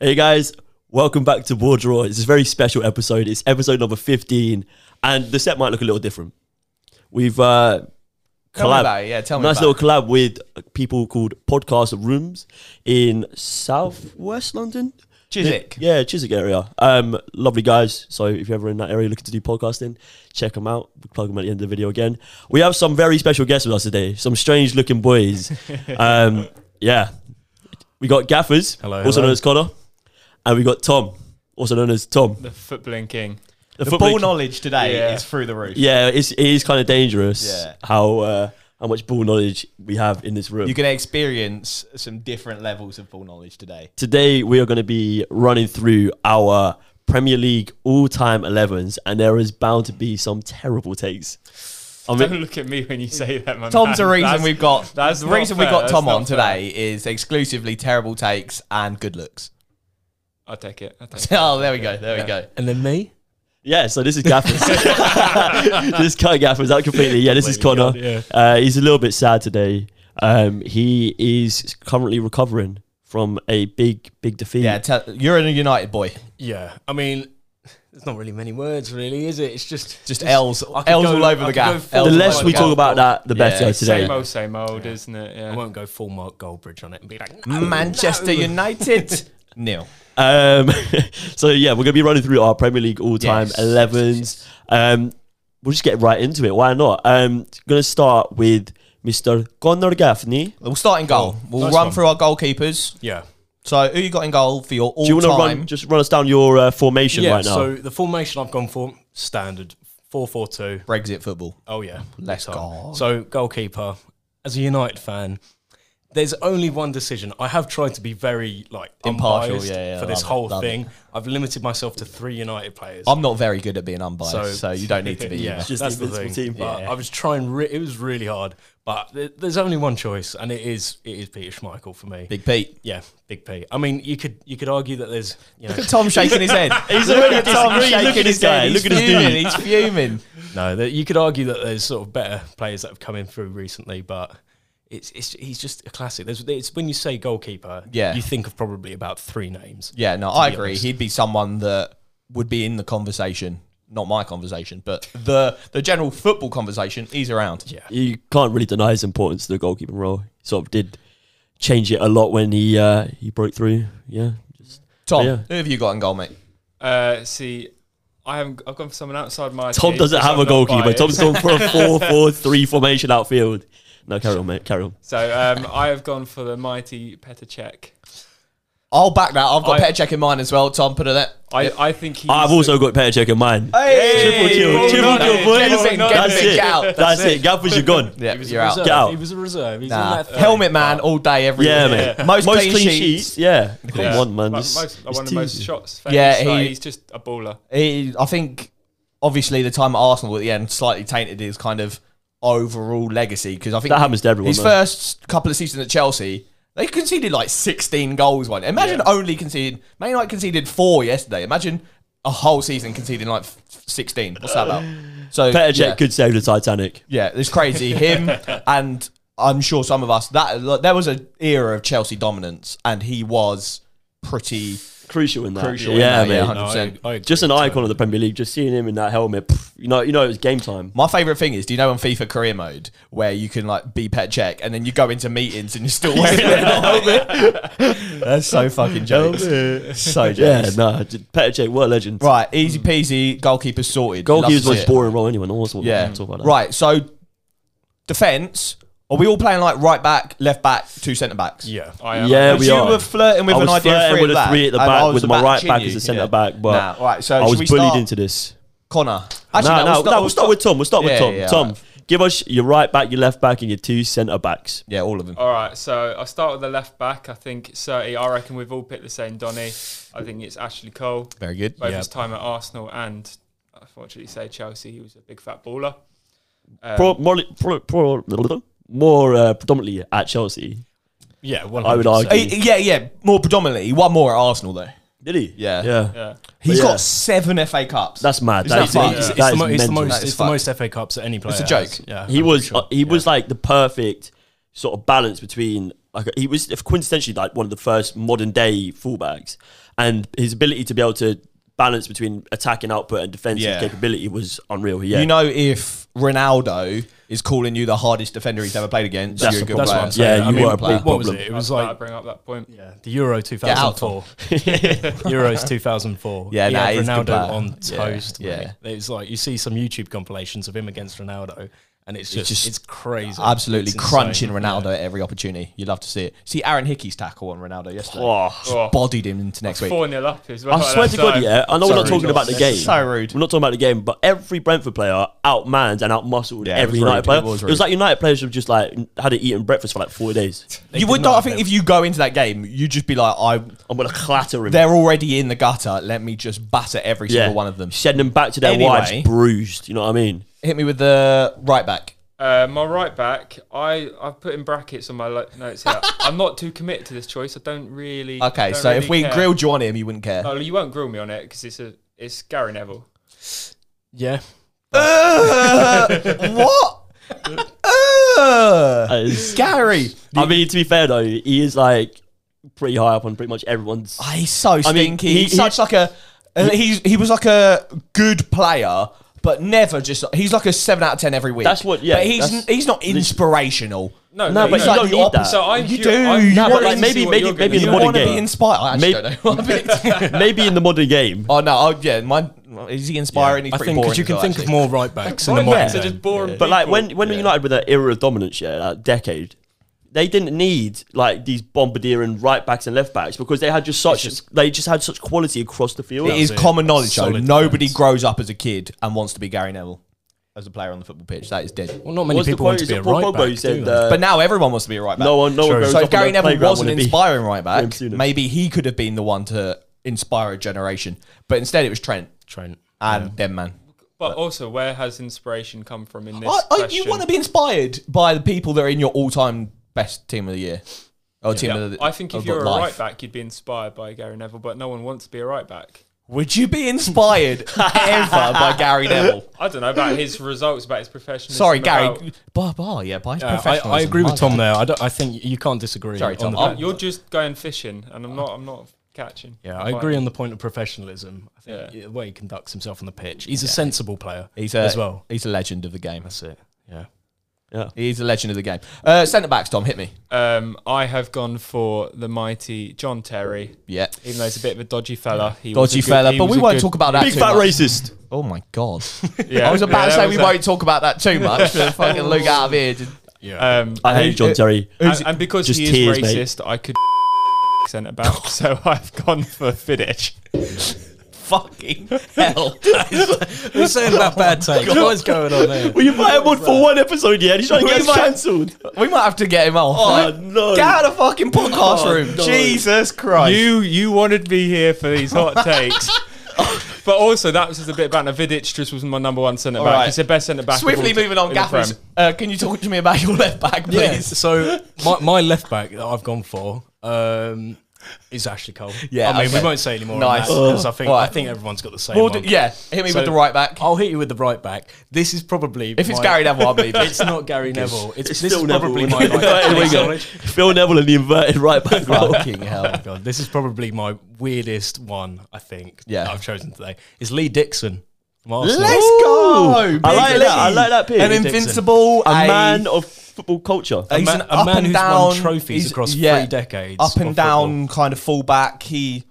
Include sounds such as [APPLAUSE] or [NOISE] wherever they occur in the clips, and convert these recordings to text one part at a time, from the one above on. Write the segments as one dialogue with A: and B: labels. A: Hey guys, welcome back to War Draw. It's a very special episode. It's episode number 15, and the set might look a little different. We've uh,
B: Tell me
A: collab-
B: about it. Yeah, tell me
A: nice
B: about
A: little collab with people called Podcast Rooms in Southwest London.
B: Chiswick.
A: Yeah, Chiswick area. Um, lovely guys. So if you're ever in that area looking to do podcasting, check them out. We'll plug them at the end of the video again. We have some very special guests with us today. Some strange looking boys.
B: [LAUGHS]
A: um, yeah. We got Gaffers,
C: Hello,
A: also
C: hello.
A: known as Connor. And we got Tom, also known as Tom.
C: The footballing king.
A: The
B: The
A: football-
B: ball knowledge today
C: Yeah.
B: is through the roof.
A: Yeah, it's, it is kind of dangerous
B: Yeah.
A: how uh, how much ball knowledge we have in this room.
B: You're going to experience some different levels of ball knowledge today.
A: Today we are going to be running through our Premier League all-time 11s, and there is bound to be some terrible takes. I
C: Don't
A: mean,
C: [LAUGHS] look at me when you say that,
B: [LAUGHS]
C: my
B: Tom's
C: man.
B: the reason
C: That's-
B: we've got. [LAUGHS]
C: that's
B: the
C: not
B: reason we
C: fair.
B: got
C: That's
B: Tom
C: not
B: on
C: fair.
B: today is exclusively terrible takes and good looks. [LAUGHS]
C: I'll take it. I'll take it.
B: oh, there we go. There we go.
D: [LAUGHS] And then me?
A: yeah. So this is Gaffers. this guy Gaffers out completely. Yeah, this is Connor.
C: yeah.
A: Uh, he's a little bit sad today. Um, he is currently recovering from a big, big defeat.
B: Yeah, tell, you're a United boy.
D: Yeah. I mean, there's not really many words, really, is it? It's just
B: Just L's, L's
D: I could go-
B: all over
D: I
B: the
D: could
B: gap.
D: go
B: L's
D: full-
B: all
A: the
B: over
A: less
B: the
A: we
B: gap. [LAUGHS]
A: talk about that, the better
B: Yeah,
A: today.
C: Same old, same old, isn't it?
D: I
C: Yeah.
D: won't go full Mark Goldbridge on it and be like,
B: Manchester United [LAUGHS] nil.
A: Um, [LAUGHS] so yeah, we're gonna be running through our Premier League all-time
B: Yes, yes,
A: 11s. Um, we'll just get right into it. Why not? Um, gonna start with Mr. Conor Gaffney.
B: We'll start in goal. We'll
C: nice
B: run
C: one.
B: through our goalkeepers.
D: yeah.
B: So, who you got in goal for your
A: Do you
B: all-time?
A: want to run? Just run us down your uh, formation
D: Yeah.
A: right now.
D: So the formation I've gone for, standard 4 4 2.
B: Brexit football.
D: Oh, yeah.
B: Let's
D: So-
B: go.
D: So, goalkeeper, as a United fan, there's only one decision. I have tried to be very like
B: Impartial,
D: unbiased
B: yeah, yeah,
D: for
B: love
D: this
B: it,
D: whole
B: love it.
D: thing. I've limited myself to three United players.
B: I'm not very good at being unbiased, so,
D: So-
B: you don't need to
D: [LAUGHS]
B: be.
D: yeah,
A: Just
D: that's
A: the
D: the, thing.
A: invincible team.
D: But
B: Yeah.
D: I was trying. Re- it was really hard. But th- there's only one choice, and it is it is Peter Schmeichel for me.
B: Big Pete.
D: yeah, Big P. I mean, you could you could argue that there's
B: [LAUGHS]
D: you know,
B: Look at Tom shaking his head.
A: He's already
B: Look at Tom
A: disagreeing.
B: shaking
A: Look at
B: his
A: this guy.
B: head.
A: Look at his
B: He's fuming.
A: dude.
B: He's fuming.
D: no that you could argue that there's sort of better players that have come in through recently, but. It's, it's he's just a classic. There's, it's when you say goalkeeper,
B: Yeah.
D: you think of probably about three names.
B: Yeah, no, I
D: be
B: agree.
D: honest.
B: He'd be someone that would be in the conversation, not my conversation, but the the general football conversation. He's around.
D: Yeah.
A: you can't really deny his importance to the goalkeeping role. He sort of did change it a lot when he uh, he broke through. Yeah, just
B: Tom,
A: Yeah.
B: who have you got in goal, mate?
C: Uh, see, I haven't. I've gone for someone outside my.
A: Tom
C: team
A: doesn't
C: because
A: have
C: I'm
A: a
C: not
A: goalkeeper.
C: biased.
A: Tom's gone for a 4-4-3 formation outfield. No, carry on, mate. Carry on.
C: So um, I have gone for the mighty Petr Cech.
B: I'll back that. I've got
C: I-
B: Petr Cech in mine as well. Tom, put it there.
C: I, I think he's.
A: I've also got Petr Cech in mind.
B: Hey,
A: Triple kill,
C: well
A: triple
C: done,
A: kill,
C: mate.
A: boys.
C: Get him in, get
A: That's
C: him in,
A: it.
B: get
A: [LAUGHS]
B: out.
A: That's, it. Gaffers, you're gone.
B: Yeah,
D: He was
B: you're
D: a
B: out.
D: reserve.
A: Get out.
D: He was a reserve. He's in
B: Nah,
D: that
B: helmet man all day, every
A: Yeah,
B: week.
A: mate.
B: Most, clean, sheets.
A: Yeah. Come
C: Yeah.
A: on, man.
C: Like,
A: This-
C: most,
A: this
C: one of the
A: team-
C: most shots.
B: Yeah,
C: Yeah,
B: he-
C: he's just a baller.
B: He, I think, obviously, the time at Arsenal at the end slightly tainted his kind of overall legacy because I think
A: That happens to everyone,
B: His
A: man.
B: first couple of seasons at Chelsea, they conceded like 16 goals. One. Imagine only conceding. Man United conceded four yesterday. Imagine a whole season conceding like f- 16. What's
A: [LAUGHS]
B: that about? So
A: Petr Cech
B: yeah,
A: could save the Titanic.
B: yeah, it's crazy.
A: [LAUGHS]
B: Him and I'm sure some of us that like, there was an era of Chelsea dominance, and he was pretty
A: Crucial in that.
B: crucial.
A: yeah,
B: in that,
A: mate.
B: yeah,
D: No,
B: 100%.
D: I- I agree.
A: Just an icon of the Premier League. Just seeing him in that helmet. pff, you know, you know, it was game time.
B: My favorite thing is, do you know on FIFA career mode where you can like be pet check and then you go into meetings and you're still wearing the helmet? That's so fucking jokes. so
A: Yeah,
B: jokes.
A: no. Petr Cech, what a legend.
B: [LAUGHS] Right, easy peasy. Goalkeeper sorted. Love
A: Goalkeeper's
B: to
A: the
B: see
A: most
B: it.
A: boring role anyway. No one's talking
B: Yeah.
A: talk about that.
B: Right. So defense. Are we all playing like right back, left back, two centre backs?
D: Yeah.
C: I am.
A: Yeah,
C: I-
A: we
B: you
A: are.
B: were flirting with
A: I
B: an
A: was
B: idea of
A: flirting
B: three
A: with
B: at
A: a
B: back,
A: three at the
B: and I
A: back
B: was
A: with my
B: about
A: right
B: to
A: back
B: chin
A: as
B: you.
A: a centre
B: Yeah.
A: back, but
B: Nah, right. So
A: I
B: should
A: was
B: we
A: bullied
B: start
A: into this.
B: Connor.
A: No, no,
B: we'll
A: no. We'll start with Tom. We'll start with
B: Yeah,
A: Tom.
B: yeah,
A: Tom,
B: alright.
A: give us your right back, your left back, and your two centre backs.
B: Yeah, all of them.
C: All right, so I'll start with the left back. I think 30, I reckon we've all picked the same Donny. I think it's Ashley Cole.
B: Very good.
C: both
D: Yeah.
C: his time at Arsenal and unfortunately say Chelsea. He was a big fat baller. Um,
A: Pro, more, pro, pro, more uh, predominantly at Chelsea.
D: Yeah, well,
A: I would argue.
B: He- yeah, yeah. More predominantly, he won more at Arsenal though.
A: Did he?
B: Yeah.
A: Yeah.
C: yeah,
B: He's
A: yeah.
B: got seven FA Cups.
A: That's mad.
B: Isn't
A: That
B: that
A: is,
B: fun?
A: that is-
B: It's
D: It's,
A: that
D: the,
A: is
D: mo- it's the
A: mental.
D: most.
B: That is
D: It's the
B: fuck.
D: most FA Cups that any player.
B: a joke.
D: has. Yeah,
A: He was
D: Sure.
A: he was like the perfect sort of balance between like he was quintessentially like one of the first modern day fullbacks, and his ability to be able to balance between attacking output and defensive
B: Yeah.
A: capability was unreal. Yeah,
B: You know, if Ronaldo is calling you the hardest defender he's ever played against,
A: That's
B: you're a
A: the-
B: good
D: That's
B: player.
D: what I'm saying.
A: Yeah,
D: I
A: you
D: mean,
A: were a big
D: what was
A: problem.
D: it? It was
C: Glad I
D: like
C: bring up that point.
D: yeah, the Euro
B: out,
D: 2004.
B: [LAUGHS]
D: Euros 2004.
B: Yeah,
D: he
B: nah,
D: had
B: he's a good
D: Ronaldo
B: player.
D: on
B: Yeah,
D: toast. Yeah,
B: yeah.
D: it's like you see some YouTube compilations of him against Ronaldo, and it's just it's,
B: just
D: crazy,
B: Absolutely
D: It's insane.
B: crunching Ronaldo at every opportunity. You'd love to see it. See Aaron Hickey's tackle on Ronaldo yesterday.
A: Oh.
C: Oh,
B: Bodied him into next week.
C: Four 0 up as well.
A: I swear to God, yeah. I know we're not
B: Sorry.
A: talking about the
B: So
A: game.
B: rude.
A: We're not talking about the game, but every Brentford player outmanned and outmuscled
B: Yeah, it
A: every
B: was
A: United
B: rude.
A: player.
B: It
A: It
B: was
A: was,
B: rude.
A: like United players who just like hadn't eaten breakfast for like four days.
D: They
B: you
D: did
B: would not. I
D: have
B: think
D: him.
B: if you go into that game, you'd just be like, "I."
A: I'm gonna clatter him.
B: They're already in the gutter. Let me just batter every single one of them.
A: Send them back to their
B: Anyway.
A: wives bruised. You know what I mean?
B: Hit me with the right back.
C: Uh, my right back, I I've put in brackets on my lo-
A: [LAUGHS]
C: notes here. I'm not too committed to this choice. I don't really.
B: Okay,
C: don't
B: so if
C: really
B: we
C: care.
B: grilled you on him, you wouldn't care.
C: no, you won't grill me on it because it's a it's Gary Neville.
D: yeah,
B: [LAUGHS] what? Uh,
A: That is-
B: Gary,
A: I mean, to be fair though, he is like pretty high up on pretty much
B: [SIGHS]
A: everyone's.
B: Ah, he's so stinky.
A: he-
B: he's such like a. uh, he's he was like a good player, but never just. He's like a seven out of ten every week.
A: That's what- yeah,
B: But he's
A: that's-
B: he's not inspirational.
C: No,
A: No, but
B: he's
A: you
B: like
A: don't
B: the
A: need
B: opposite.
A: that.
C: So I'm
B: You
C: cu-
B: do.
C: I'm
B: No,
C: curious
B: but like
C: to
A: maybe-
C: see what
A: maybe- maybe
C: you're gonna
A: in the
C: do.
B: You
A: modern
B: want to be
A: game.
B: inspired. I
A: Maybe-
B: actually don't know. [LAUGHS] what I'm
A: [LAUGHS]
B: thinking.
A: Maybe in the modern
B: [LAUGHS]
A: game,
B: oh no! Oh yeah, mine. Is he inspiring? He's
D: I
B: pretty
D: think
B: boring
D: because you
B: as
D: can
B: well,
D: think
B: actually.
D: of more right backs in the
C: Right
D: modern
C: backs are
D: day.
C: just boring.
A: but like
C: people.
A: when when United were that era of dominance, yeah, that decade. They didn't need like these bombardiering right backs and left backs because they had just such they just had such quality across the field.
B: It is
D: it.
B: common knowledge though.
D: Solid
B: Nobody
D: defense.
B: grows up as a kid and wants to be Gary Neville as a player on the football pitch. That is dead.
D: Well, not many
A: What's the
D: people
A: point?
D: want to
A: Is
D: be
A: it
D: a
A: Paul
D: right
A: Pogba
D: back.
A: who said
D: do they?
A: uh,
B: But now everyone wants to be a right back.
A: no one, no
D: True.
A: one. Goes
B: So
A: up
B: if
A: on
B: Gary
A: the
B: Neville
A: playground
B: was an
A: wanna be-
B: inspiring right back,
A: Graham Souness.
B: maybe he could have been the one to inspire a generation. But instead, it was Trent
D: Trent.
B: and Denman.
C: But also, where has inspiration come from in this?
B: I, I, you
C: question?
B: want to be inspired by the people that are in your all-time best team of the year or team
C: Yeah,
B: of the.
C: I think if
B: of
C: you're a
B: life.
C: right back, you'd be inspired by Gary Neville, but no one wants to be a right back.
B: would you be
C: [LAUGHS]
B: inspired ever by Gary Neville?
C: I don't know
D: [LAUGHS]
C: about his results, about his professionalism.
B: Sorry, Gary.
C: about-
B: Bah, bah, yeah, by his
D: Yeah, I, I
B: professionalism.
D: agree with
B: My
D: Tom
B: God.
D: there. I, don't, I think you can't disagree.
B: Sorry, Tom.
D: On the
B: I'll-
D: fact-
C: You're just going fishing, and I'm not. I'm not catching.
D: yeah, I agree on the point of professionalism. I think
C: Yeah.
D: the way he conducts himself on the pitch, he's a sensible player.
B: He's a,
D: as well.
B: He's a legend of the game.
D: That's it. Yeah.
A: Yeah.
B: He's a legend of the game. Uh, Centre backs, Tom, hit me.
C: Um, I have gone for the mighty John Terry,
B: Yeah.
C: even though he's a bit of a dodgy fella. He was a
B: Dodgy
C: good-
B: fella,
C: he
B: but
C: was
B: we
C: a
B: won't
C: good-
B: talk about that.
A: Big
B: too
A: fat
B: much.
A: racist.
B: Oh my
C: [LAUGHS]
B: god!
C: Yeah,
B: I was about
C: yeah,
B: to
C: that
B: say we
C: was a-
B: won't talk about that too much. but fucking Luke out of here. Just,
D: Yeah.
C: Um,
A: I hate
C: and-
A: John Terry.
C: And, and because
A: Just
C: he is
A: tears, mate.
C: racist, I could [LAUGHS] centre back, so I've gone for Fidic.
B: fucking hell!
D: We're saying about bad [LAUGHS] takes. What's going on there?
A: Well, you might have one for one episode, yeah. and He's trying to
B: We
A: get us
B: might-
A: cancelled.
B: [LAUGHS] we might have to get him off.
A: Oh,
B: Like,
A: no.
B: Get out of the fucking podcast
A: Oh,
B: room.
A: no.
B: Jesus Christ!
C: You you wanted me here for
B: [LAUGHS]
C: these hot takes. But also, that was just a bit about Vidic. Just was my number one centre back.
B: right.
C: He's the best centre back. of
B: Swiftly
C: all t-
B: moving on,
C: in the
B: Gaffers.
C: Prem.
B: Uh, can you talk to me about your left back,
D: Yeah.
B: please?
D: So my, my left back that I've gone for um, is Ashley Cole.
B: Yeah,
D: I mean
B: okay.
D: we won't say any more
B: Nice.
D: on that because I think I
B: Right.
D: think everyone's got the same.
B: We'll do-
D: one.
B: yeah, hit me
D: So-
B: with the right back.
D: I'll hit you with the right back. This is probably
B: If it's
D: [LAUGHS] my-
B: Gary Neville, I believe it.
D: It's not Gary Neville. It's,
A: It's
D: this
A: Phil
D: is probably
A: Neville.
D: my right
A: There we
D: back.
A: go. Phil Neville in the inverted right
B: [LAUGHS]
A: back role.
B: fucking hell.
D: Oh God, this is probably my weirdest one. I think.
B: Yeah.
D: that I've chosen today is Lee Dixon. from Arsenal.
B: Let's go.
A: I like
B: Big
A: that. I
B: Lee.
A: like that pick.
B: An
A: Dixon.
B: invincible,
A: A man of football culture.
B: he's
D: ma-
B: an
D: a
B: up
D: man
B: and
D: who's
B: down,
D: won trophies
B: he's-
D: across
B: yeah,
D: three decades
B: Up and
D: of
B: down kind of fullback. He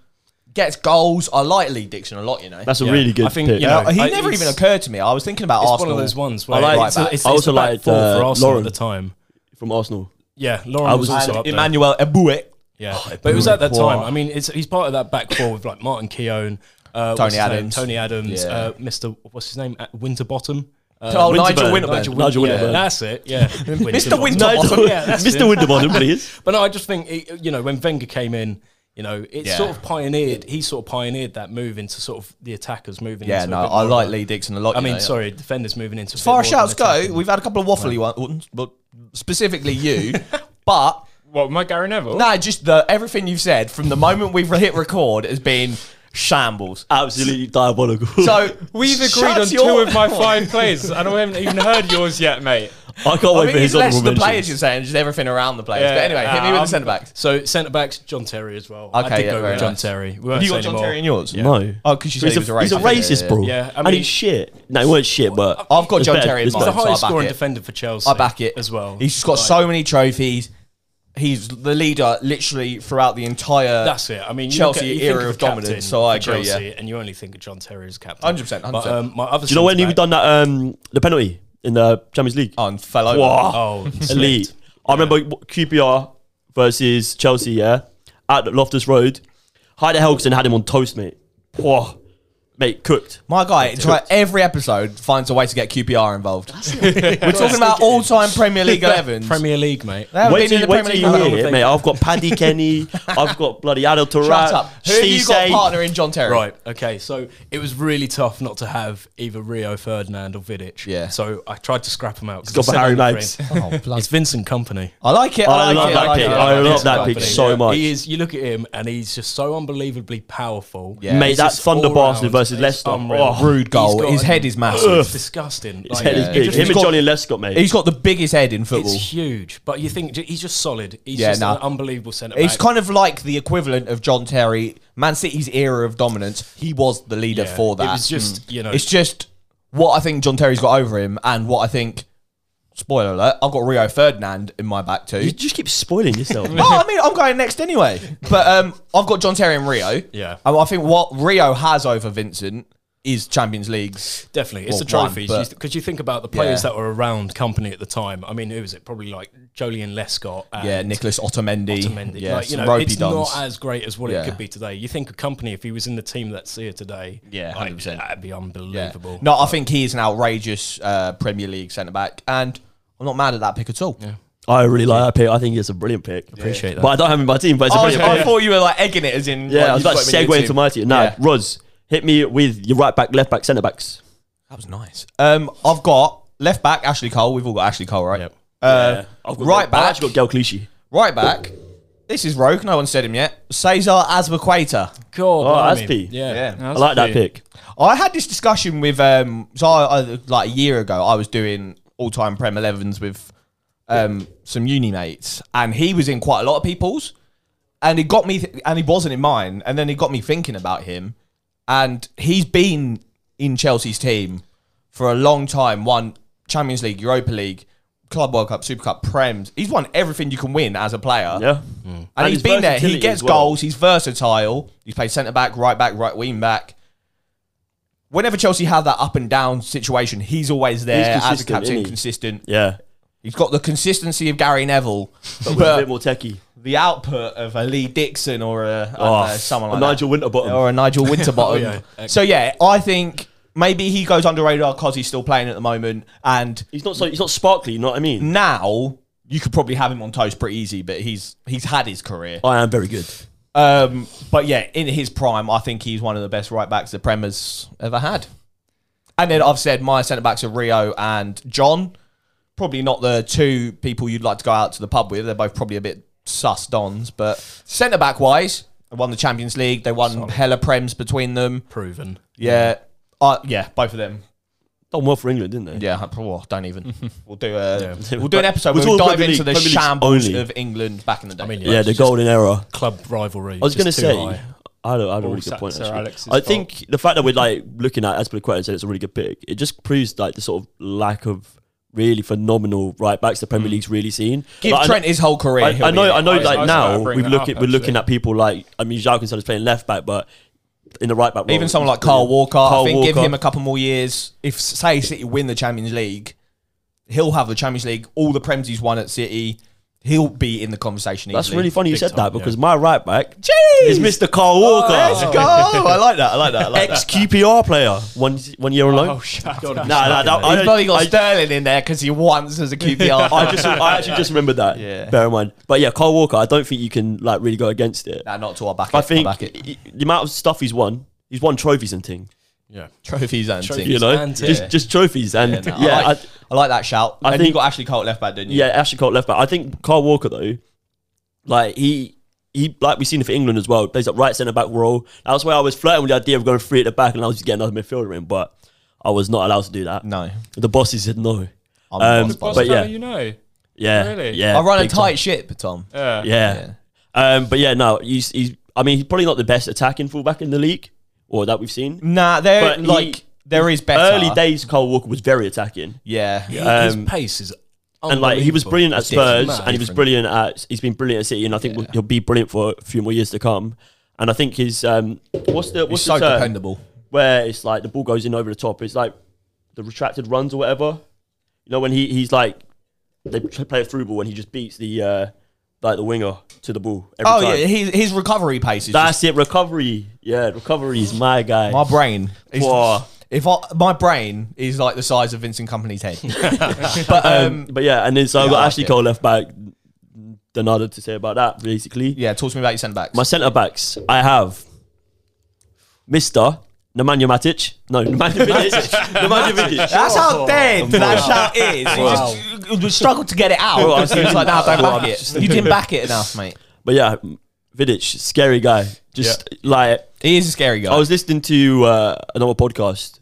B: gets goals. I like Lee Dixon a lot, you know.
A: That's a
D: Yeah.
A: really good
D: I think,
A: pick.
D: you know,
B: Uh, he
D: I-
B: never
D: it's-
B: even occurred to me. I was thinking about
D: It's
B: Arsenal.
D: one of those ones where
A: I
D: I
A: like-
D: it's, it's,
A: I
D: it's
A: also
D: the back
A: liked,
D: four
A: uh,
D: for Arsenal
A: Lauren.
D: at the time.
A: From Arsenal.
B: Oh,
D: Yeah, Lauren
A: I
D: was,
A: was-
D: also
B: And
D: up there.
B: Emmanuel Oh, Eboué.
D: Yeah, but it was at that time. I mean, it's, he's part of that back four with like Martin Keown, uh,
B: Tony
D: what's his name?
B: Adams.
D: Tony Adams,
B: Yeah.
D: uh, Mr. What's his name? At Winterbottom. Uh,
B: Oh, Nigel
A: Winterburn.
B: Winterburn.
A: Nigel Nigel
D: yeah,
B: [LAUGHS]
A: Winterburn.
D: that's it. Yeah,
B: Mr. Winter-
A: Nigel,
D: Yeah, that's
A: Mr.
B: [LAUGHS]
A: Winterbottom, please.
D: But no, I just think it, you know when Wenger came in, you know, it
B: Yeah.
D: sort of pioneered. He sort of pioneered that move into sort of the attackers moving.
B: Yeah,
D: into
B: no,
D: a bit
B: I
D: more
B: like
D: of a-
B: Lee Dixon a lot.
D: I
B: you
D: mean,
B: know.
D: sorry, defenders moving into.
B: As far as shouts go, we've had a couple of waffly ones, but specifically you. [LAUGHS] but
C: What my Gary Neville?
B: no, just the everything you've said from the moment we've hit record has been shambles.
D: Uh,
A: Absolutely diabolical. [LAUGHS]
B: So
D: [LAUGHS]
C: We've agreed
B: shut
C: on
B: your-
C: two of my five players, and I haven't even heard yours yet, mate.
A: I can't
B: I
A: wait
B: mean,
A: for his
B: it's
A: other
B: less the
A: mentions.
B: players you're saying, just everything around the players.
C: Yeah,
B: but anyway,
D: uh,
B: hit me with the
C: um,
B: centre backs.
D: So centre backs, John Terry as well.
B: Okay,
D: I did
B: yeah,
D: go
B: very
D: with John
B: nice.
D: Terry. We won't
B: You
D: say
B: got John
D: anymore.
B: Terry in yours?
A: No.
B: Oh, because you said
A: He's
B: he
A: a,
B: was a racist.
A: he's a racist,
B: Yeah, yeah,
A: bro.
D: yeah. Yeah, I
A: and
D: mean-
A: he's shit. No, he weren't shit, but
B: I've got
A: it's
B: John
A: better-
B: Terry in
A: it's
B: mind.
D: He's
A: better.
D: the
B: so I
D: highest
B: back
D: scoring
B: it.
D: defender for Chelsea.
B: I back it
D: as well.
B: He's just got
D: Like,
B: so many trophies. He's the leader literally throughout the entire.
D: That's it. I mean, you
B: Chelsea
D: look at, you
B: era
D: think
B: of
D: the captain
B: dominance, so I
D: for
B: agree,
D: Chelsea, and you only think of John Terry as captain.
B: 100%,
D: But,
B: 100%.
D: um, my other
A: Do you know when he
D: centre-back-
A: done that um the penalty in the Champions League?
B: on fell over.
A: Wow.
B: [LAUGHS]
D: Oh,
A: Elite. I remember QPR versus Chelsea, yeah, at Loftus Road. Heider Helgson had him on toast, mate. Whoa. Mate, cooked.
B: My guy, try every episode finds a way to get QPR involved. We're talking about all-time Premier League 11s.
D: Premier League, mate.
B: They haven't
A: Wait
B: been in
A: till,
B: the
A: wait till
B: Premier League.
A: you
B: that long.
A: hear it, mate. I've got Paddy Kenny. I've got bloody Adel Tarat.
B: [LAUGHS] Shut up. Who have you got partnering John Terry?
D: Right. Okay. So it was really tough not to have either Rio Ferdinand or Vidic.
B: Yeah.
D: So I tried to scrap him out. 'cause
A: Got
D: I said
A: Harry
D: on the
A: Mags.
D: green-
B: Oh,
D: It's Vincent Company.
B: I like it. I,
A: I
B: like
A: love
B: it,
A: that
B: I like
A: pick.
B: it,
A: I
B: like
A: love
B: it.
A: that pick
B: Company.
A: so much.
D: He is. You look at him, and he's just so unbelievably powerful.
B: Yeah.
A: Mate,
D: He's
A: that
D: just
A: Thunder
D: all
A: Bastard
D: round.
A: versus
D: It's
A: Leicester.
D: unreal.
A: Oh, [LAUGHS]
B: Rude goal.
D: He's got
B: His
D: an-
B: head is massive.
D: It's disgusting.
A: His head is
B: Yeah.
A: big.
B: He's
A: Him and
B: got-
A: Johnny Less got mate.
B: He's got the biggest head in football.
D: It's huge, but you think j- he's just solid. He's
B: Yeah,
D: just
B: nah.
D: an unbelievable centre back.
B: It's kind of like the equivalent of John Terry, Man City's era of dominance. He was the leader
D: Yeah,
B: for that. Mm.
D: It was just
A: Mm.
D: you know.
B: It's just what I think John Terry's got over him, and what I think. Spoiler alert! I've got Rio Ferdinand in my back too. [LAUGHS]
A: you just keep spoiling yourself. mate.
B: oh, I mean, I'm going next anyway. But um, I've got John Terry and Rio.
D: Yeah.
B: and I think what Rio has over Vincent is Champions Leagues.
D: Definitely, it's
B: Well,
D: the
B: one,
D: trophies
B: but-
D: because you think about the players
B: Yeah.
D: that were around company at the time. I mean, who was it? Probably like Jolien Lescott. And
B: Yeah, Nicholas Otamendi.
D: Otamendi.
B: Yeah,
D: like, you know,
B: Ropey
D: it's
B: Dons.
D: not as great as what
B: Yeah.
D: it could be today. You think of company if he was in the team that's here today.
B: Yeah,
D: like,
B: 100%.
D: that'd be
B: Yeah.
D: unbelievable.
B: No, I think he is an outrageous uh, Premier League centre back, and I'm not mad at that pick at all.
A: [LAUGHS] I really like that pick. I think it's a brilliant pick.
D: Appreciate that.
A: But I don't have him in my team, but it's a
B: Oh, I, was-
A: brilliant pick.
B: I thought you were like egging it, as in
A: Yeah,
B: like,
A: I was
B: you've
A: about
B: got
A: to
B: him in
A: segue
B: your
A: into
B: team.
A: my team. No,
B: Yeah.
A: Roz, hit me with your right back, left back, centre backs.
B: That was nice. Um, I've got left back Ashley Cole. We've all got Ashley Cole, right?
D: Yep.
B: Uh,
A: I've got
B: right
A: I've
B: back,
A: actually got Gail Clichy.
B: right back. This is rogue. No one said him yet. Cesar Azpilicueta.
D: God,
B: Oh,
D: blimey.
A: Aspie.
D: Yeah.
A: I like that pick.
B: I had this discussion with um so I, I, like a year ago I was doing all time Prem 11s with um some uni mates and he was in quite a lot of people's and he got me th- and he wasn't in mine and then he got me thinking about him and he's been in Chelsea's team for a long time won Champions League Europa League Club World Cup Super Cup Prems he's won everything you can win as a player
A: Yeah.
B: and,
A: And
B: he's
A: his
B: been there. He
A: versatility
B: gets
A: as well.
B: goals. He's versatile. He's played centre back, right back, right wing back. Whenever Chelsea have that up and down situation, he's always there as a
A: consistent,
B: captain,
A: isn't he?
B: consistent.
A: Yeah.
B: He's got the consistency of Gary Neville, but,
A: With a bit more techie.
B: the output of a Lee Dixon or a
A: Oh,
B: I don't know, someone like
A: Nigel Oh,
B: that.
A: Winterbottom.
B: or
A: [LAUGHS]
B: a Nigel Winterbottom.
D: yeah. Excellent.
B: So yeah, I think maybe he goes under radar because he's still playing at the moment, and
A: He's not so he's not sparkly, you know what I mean?
B: now you could probably have him on toast pretty easy. But he's he's had his career.
A: I am very good.
B: Um, but yeah, in his prime, I think he's one of the best right backs the Prem has ever had. And then I've said my centre backs are Rio and John. Probably not the two people you'd like to go out to the pub with. They're both probably a bit sus dons, but centre back wise, they won the Champions League. They won hella Prems between them.
D: Proven.
B: Yeah. Uh, yeah, both of them.
A: Done well for England, didn't they?
B: Yeah, I- oh,
A: [LAUGHS]
B: don't even. We'll do a
D: Yeah.
B: we'll do an episode.
A: We'll
B: We'll,
A: talk
B: dive
A: Premier
B: into
A: League- Premier
B: the
A: League's
B: shambles
A: only.
B: of England back in the day.
D: I mean,
A: Yeah, the golden era.
D: club rivalry.
A: I was going to say,
D: high.
A: I don't, I had a
C: All
A: really good
C: sat
A: point.
C: Sir
A: Actually.
C: Alex's
A: I think the fact that we're like looking at Aspilicueta and saying it's a really good pick, it just proves like the sort of lack of really phenomenal right backs the Premier League's really seen.
B: Mm. give
A: Like, I-
B: Trent his whole career.
A: I,
B: he'll
A: I
B: be
A: know,
B: there.
A: I know.
C: I was- I
A: Like
C: was
A: now,
C: about to bring
A: we've
C: that
A: look
C: up,
A: at we're looking
C: actually.
A: at people like I mean, Jao Cancelo is playing left back, but in the right back, role,
B: Even someone
A: he's
B: like Carl
A: brilliant.
B: Walker,
A: Kyle
B: I think give
A: Walker.
B: him a couple more years. If say City win the Champions League, he'll have the Champions League, all the Prems he's won at City, he'll be in the conversation.
A: That's
B: easily.
A: really funny you
D: Big
A: said
D: time,
A: that
D: yeah.
A: because my right back
B: Jeez! Oh,
A: is Mr. Carl Walker,
B: Let's
A: [LAUGHS]
B: go! I like that. I like that. I like
A: ex QPR player, one one year on loan.
C: Oh, shut
D: God,
C: up.
A: Nah, nah, nah,
D: He's
B: that.
A: I,
B: He's
A: don't-
B: probably got
A: I-
B: Sterling in there because he once was a [LAUGHS] QPR.
A: I just, I actually just remembered that.
B: Yeah.
A: Bear in mind, but yeah, Carl Walker. I don't think you can like really go against it.
B: nah, not to our back.
A: I
B: I
A: think
B: back it.
A: i- the amount of stuff he's won, he's won trophies and thing.
D: Yeah.
B: trophies and
D: Trophies.
B: things.
A: You know,
D: and
A: just
D: yeah.
A: just trophies and yeah.
B: Yeah, nah, I, like,
A: I-
B: I like that shout.
A: I
B: and you
A: think-
B: got Ashley Cole at left back, didn't you?
A: Yeah, Ashley Cole at left back. I think Carl Walker though, like he he like we've seen it for England as well. Plays that right centre back role. That was where I was flirting with the idea of going three at the back, and I was just getting another midfielder in, but I was not allowed to do that.
B: No.
A: The bosses said no.
B: I'm the
A: Um,
B: boss, boss.
A: but yeah.
C: you know.
A: Yeah,
C: Really?
A: yeah.
B: I run a
A: big
B: tight ship, Tom.
C: Yeah.
A: time. Yeah. Um, but yeah, no, he's, he's. I mean, he's probably not the best attacking fullback in the league, or that we've seen.
B: Nah, there
A: But he-
B: like there is better.
A: Early days, Kyle Walker was very attacking,
B: Yeah.
D: He-
A: Um,
D: His pace is
A: and like he was
D: unbelievable.
A: brilliant at
D: It's different.
A: Spurs, and he was
B: different.
A: brilliant at. He's been brilliant at City, and I think he'll be brilliant for a few more years to come. And I think his um, what's the
B: He's
A: what's
B: so
A: the term?
B: dependable.
A: where it's like the ball goes in over the top. It's like the retracted runs or whatever. You know when he, he's like they tr- play a through ball and he just beats the uh, like the winger to the ball. Every
B: Oh
A: time.
B: yeah, his, his recovery pace is
A: that's it. Recovery, yeah, recovery is my guy.
B: just, my brain. is-
A: Whoa.
B: If I, my brain is like the size of Vincent
A: [LAUGHS]
B: Company's head, but um,
A: but yeah, and then so I've
B: Yeah, I
A: got
B: like
A: Ashley
B: it.
A: Cole left back. Then nada to say about that basically.
B: yeah, talk to me about your centre backs.
A: My centre backs, I have Mister Nemanja Matic. No, [LAUGHS] Nemanja
B: [LAUGHS]
A: Vidic. Nemanja Vidic.
B: That's how
A: oh,
B: dead that shout is. You just you struggled to get it
A: [LAUGHS]
B: out.
A: Well, I
B: It's like, nah, don't back it. You didn't back it enough, mate.
A: But yeah, Vidic, scary guy. Just like
B: He is a scary guy.
A: I was listening to uh, another podcast,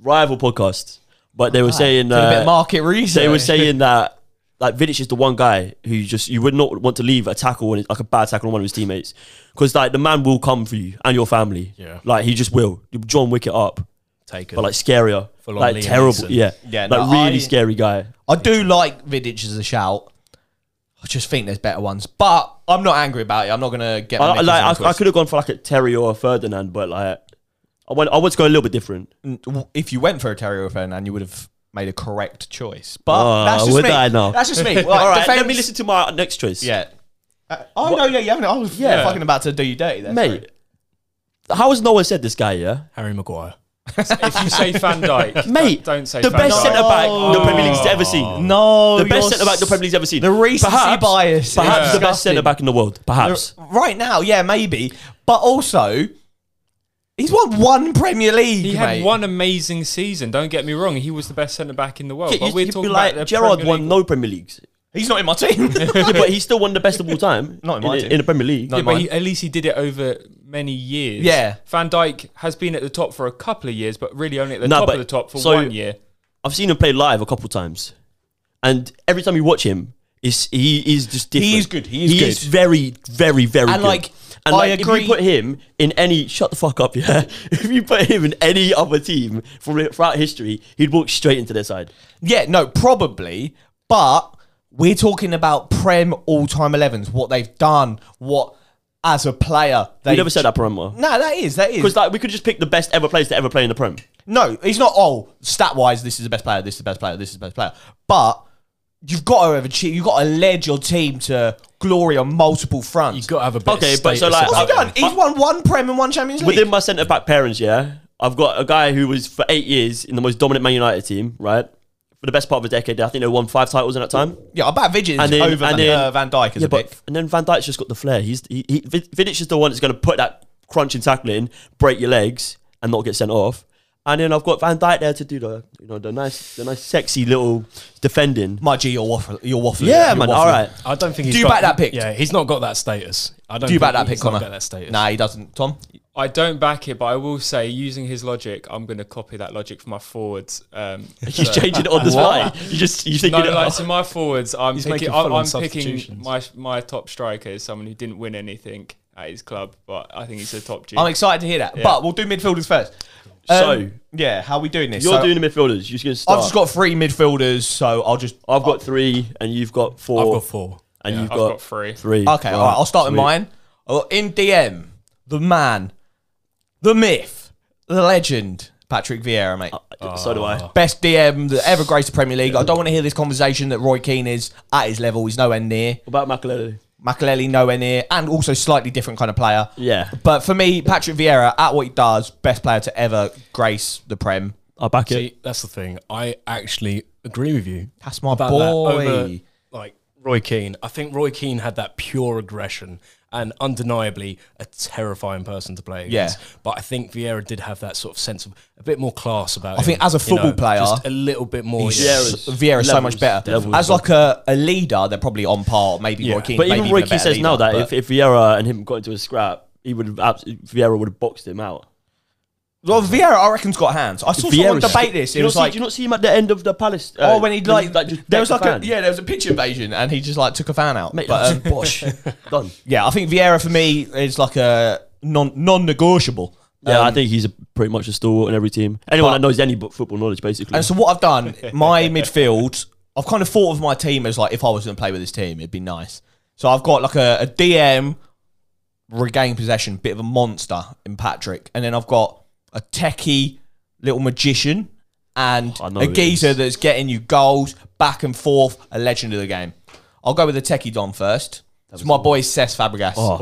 A: rival podcast, but they were saying
B: Did Ah, a bit of
A: uh,
B: market research.
A: they were
B: [LAUGHS]
A: saying that like Vidic is the one guy who you just you would not want to leave a tackle when it's like a bad tackle on one of his teammates because like the man will come for you and your family.
D: Yeah.
A: like he just will. John Wicket up,
D: taken.
A: but like scarier,
D: Full on
A: like
D: Liam
A: terrible.
D: Neeson.
A: Yeah,
B: Yeah,
A: like
B: no,
A: really
B: I-
A: scary guy.
B: I do like Vidic as a shout. I just think there's better ones, but I'm not angry about it. I'm not gonna get. My
A: I, I-
B: knickers in a
A: like I, I
B: twist.
A: could have gone for like a Terry or a Ferdinand, but like I went I want to go a little bit different.
B: if you went for a Terry Ferdinand, you would have made a correct choice. But
A: Oh,
B: that's just
A: would
B: me.
A: I now?
B: That's just
A: [LAUGHS]
B: me. Like,
A: All right,
B: defense-
A: let me listen to my next choice.
B: Yeah. Uh, oh no, yeah, you haven't. I was yeah,
C: Yeah.
B: fucking about to do you dirty there,
A: mate. How has no one said this guy? Yeah.
D: Harry Maguire.
C: if you say
B: [LAUGHS]
C: Van Dyke,
A: Mate,
C: don't say
A: the
C: Van
A: best
C: Dijk.
A: centre back
B: Oh.
A: the Premier League's ever
B: sorry.
A: seen.
B: No,
A: the best
B: you're
A: centre back the Premier League's ever seen.
B: The Oh. recency
A: perhaps,
B: bias is
A: Perhaps the best
B: disgusting.
A: centre back in the world. Perhaps.
B: Right now, yeah, maybe, but also he's won one Premier League.
C: He had
B: mate.
C: one amazing season. Don't get me wrong; he was the best centre back in the world.
A: Yeah,
C: but
A: you-
C: we're
A: you'd be
C: talking
A: like,
C: about the
A: Gerard
C: Premier
A: won
C: League.
A: no Premier
B: [LAUGHS]
A: Leagues,
B: He's not in my
A: [LAUGHS]
B: team.
A: Yeah, but he's still won the best of all time.
B: Not in
A: in,
B: my
A: the-
B: team.
A: in the Premier League.
B: Not
C: Yeah,
B: in
C: but
B: mine.
C: he, at least he did it over many years.
B: Yeah.
C: Van Dyke has been at the top for a couple of years, but really only at the
A: No,
C: top
A: but-
C: of the top for
A: so-
C: one year.
A: I've seen him play live a couple times, and every time you watch him, is he is just different.
B: He is good. He is
A: he
B: good.
A: is very, very, very
B: And,
A: good.
B: like,
A: and
B: I
A: like, if
B: agree-
A: you put him in any shut the fuck up, [LAUGHS] yeah. If you put him in any other team from throughout history, he'd walk straight into their side.
B: yeah, no, probably, but we're talking about Prem all-time 11s, what they've done, what as a player they
A: You never said that parameter.
B: No, that is that is
A: Because like we could just pick the best ever players to ever play in the Prem.
B: No, he's not. Oh, stat wise, this is the best player. This is the best player. This is the best player. But you've got to have achieved. You've got to led your team to glory on multiple fronts.
D: You've got to have a bit.
A: Okay,
D: of
A: but so, like-
D: status
B: What's
D: about
B: he done?
D: him.
B: He's won one Prem and one Champions League.
A: Within my centre back parents, yeah, I've got a guy who was for eight years in the most dominant Man United team, right? For the best part of a decade, I think they won five titles in that time.
B: yeah, I bet Vigic
A: And
B: is
A: then-
B: over
A: and
B: Van,
A: then-
B: uh, Van Dijk as
A: yeah,
B: a
A: but
B: pick.
A: and then Van Dijk's just got the flair. He's he, he Vid- Vidic is the one that's going to put that crunch and tackle in, break your legs, and not get sent off. And then I've got Van Dijk there to do the you know the nice the nice sexy little defending.
B: My G, you're waffle. You're waffling.
A: yeah,
B: You're
A: man.
B: waffling.
A: All right.
D: I don't think he's
B: Do you
D: got,
B: back that pick?
D: Yeah, he's not got that status. I don't
B: Do you
D: think
B: back that pick,
D: he's not
B: Connor?
D: got that status.
B: Nah, he doesn't. Tom,
C: I don't back it, but I will say, using his logic, I'm going to copy that logic for my forwards. Um,
A: [LAUGHS] He's
C: so-
A: changing it on the
B: [LAUGHS]
A: fly. You just you think
C: No,
A: you know,
C: like, so my forwards, I'm
D: He's
C: picking.
D: making
C: I'm,
D: full-on
C: I'm picking
D: substitutions.
C: my my top striker is someone who didn't win anything at his club, but I think he's a top G.
B: I'm excited to hear that. But we'll do midfielders first. Um,
A: So-
B: yeah, how are we doing this?
A: you're
B: So,
A: doing the midfielders. You're just going to start.
B: I've just got three midfielders, so I'll just.
A: I've got three, and you've got 4
D: I've got four.
A: and you've
C: I've
A: got,
C: got three.
A: three.
B: Okay, all right. I'll start with
A: Oh, sweet.
B: mine. Oh, in DM, the man, the myth, the legend, Patrick Vieira, mate.
A: Oh. So do I.
B: Best DM that ever graced the Premier League. I don't want to hear this conversation that Roy Keane is at his level. He's nowhere near.
A: About Makaleli.
B: Makaleli nowhere near, and also slightly different kind of player.
A: Yeah.
B: But for me, Patrick Vieira, at what he does, best player to ever grace the Prem.
A: I'll back it.
D: See, that's the thing. I actually agree with you.
B: That's my
D: about
B: boy.
D: that over, like Roy Keane. I think Roy Keane had that pure aggression and undeniably a terrifying person to play against.
B: Yeah.
D: But I think Vieira did have that sort of sense of a bit more class about
B: I think as a football player,
D: just a little bit more.
B: He's
D: yeah.
A: Vieira's
B: so- Vieira's so
A: levels-
B: much better.
A: levels
B: As like a, a leader, they're probably on par. Maybe
D: Yeah.
B: Roy Keane.
A: But
B: maybe
A: even Roy
B: a better
A: Keane says
B: leader,
A: now that
B: but-
A: if, if Vieira and him got into a scrap, he would have abs- Vieira would have boxed him out.
B: Well, Vieira, I reckon's got hands. I saw someone
A: Vieira's-
B: debate this.
A: Do
B: It
A: you, not
B: was
A: see,
B: like,
A: do you not see him at the end of the Palace? uh,
B: oh, when he like,
A: just
B: there was
A: decked
B: like
A: the
B: a
A: fan?
B: yeah, there was a pitch invasion, and he just like took a fan out.
A: Mate,
B: but, um,
A: that's
B: [LAUGHS]
A: bosh. Done.
B: yeah, I think Vieira for me is like a non non-negotiable.
A: Yeah,
B: Um,
A: I think he's a, pretty much a stalwart in every team. Anyone
B: but-
A: that knows any bo- football knowledge, basically.
B: And so what
A: [LAUGHS]
B: I've done, my midfield, I've kind of thought of my team as like if I was going to play with this team, it'd be nice. So I've got like a, a DM, regain possession, bit of a monster in Patrick, and then I've got a techie little magician and
A: I know
B: a
A: who it
B: geezer
A: is.
B: that's getting you goals back and forth, a legend of the game. I'll go with the techie Don first. It's my boy Cesc Fabregas.
D: Oh,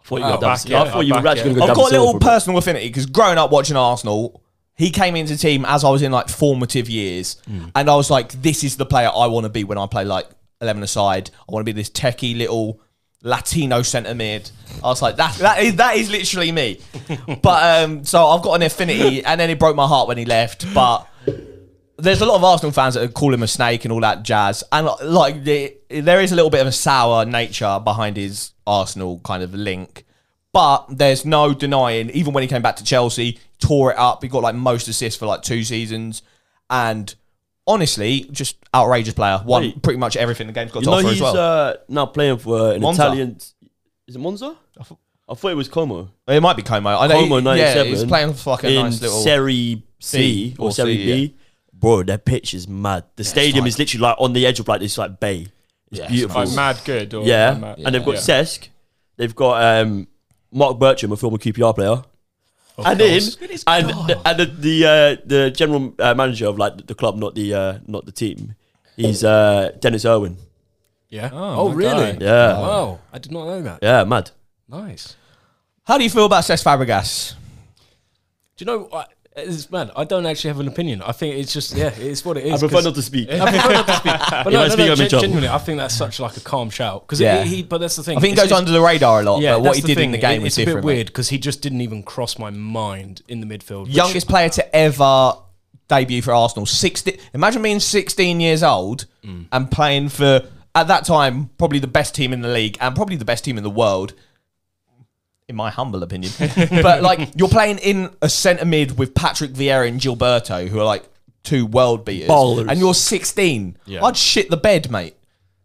A: I thought you were,
C: I'll
A: down-
C: back it,
A: I thought you were
C: I'll back
A: actually going to go
B: I've
A: down
B: got a little
A: Silver, but-
B: personal affinity because growing up watching Arsenal, he came into the team as I was in like formative years, and I was like, "This is the player I want to be when I play like eleven aside. I want to be this techie little Latino centre mid." I was like, "That that is that is literally me." but um, so I've got an affinity, and then it broke my heart when he left, but. There's a lot of Arsenal fans that call him a snake and all that jazz, and like the, there is a little bit of a sour nature behind his Arsenal kind of link. But there's no denying, even when he came back to Chelsea, tore it up. He got like most assists for like two seasons, and honestly, just outrageous player. Won
A: Wait.
B: pretty much everything the game's
A: You
B: got to
A: know
B: offer
A: he's
B: as well.
A: uh, now playing for an
B: Monza.
A: Italian. Is it Monza? I, thought it was Como.
B: it might be Como. I know
A: Como
B: he- yeah,
A: 97.
B: he's playing for like a
A: in
B: nice little.
A: Serie C
B: C
A: or
B: or
A: Serie
B: C,
A: B. Bro, that pitch is mad. The stadium is literally like on the edge of like this like bay. It's beautiful.
C: Like mad good. Or
A: Yeah.
C: like mad-
A: and they've got
C: Yeah.
A: Sesk. They've got um, Mark Bertram, a former QPR player. and then,
D: course. Good as
A: and
D: God.
A: the, and the the, uh, the general uh, manager of like the club, not the uh, not the team. He's uh, Dennis Irwin.
D: yeah.
C: Oh,
D: Oh,
C: my
D: really?
C: God.
A: Yeah,
D: Wow, I did not know that.
A: yeah, mad.
D: Nice.
B: How do you feel about Cesc Fabregas?
D: Do you know? I, it's mad. I don't actually have an opinion. I think it's just yeah, it's what it is.
A: I prefer
D: 'cause-
A: not to speak.
D: I prefer not to
B: [LAUGHS]
D: speak. But
A: If I
D: no, no,
A: speak,
D: no,
A: I'm in
D: gen-
A: trouble.
D: genuinely, I think that's such like a calm shout because
B: Yeah.
D: he, But that's the thing.
B: I think he
D: it's-
B: goes
D: it's-
B: under the radar a lot, but what
D: that's
B: he did in
D: thing.
B: the game
D: It-
B: was
D: it's a
B: different.
D: bit
B: mate.
D: weird because he just didn't even cross my mind in the midfield. which-
B: youngest player to ever debut for Arsenal. 60, imagine being 16 years old
D: Mm.
B: and playing for, at that time, probably the best team in the league and probably the best team in the world, in my humble
D: [LAUGHS]
B: opinion. but, like, you're playing in a centre mid with Patrick Vieira and Gilberto, who are, like, two world beaters.
A: Ballers.
B: And you're 16.
D: Yeah.
B: I'd shit the bed, mate.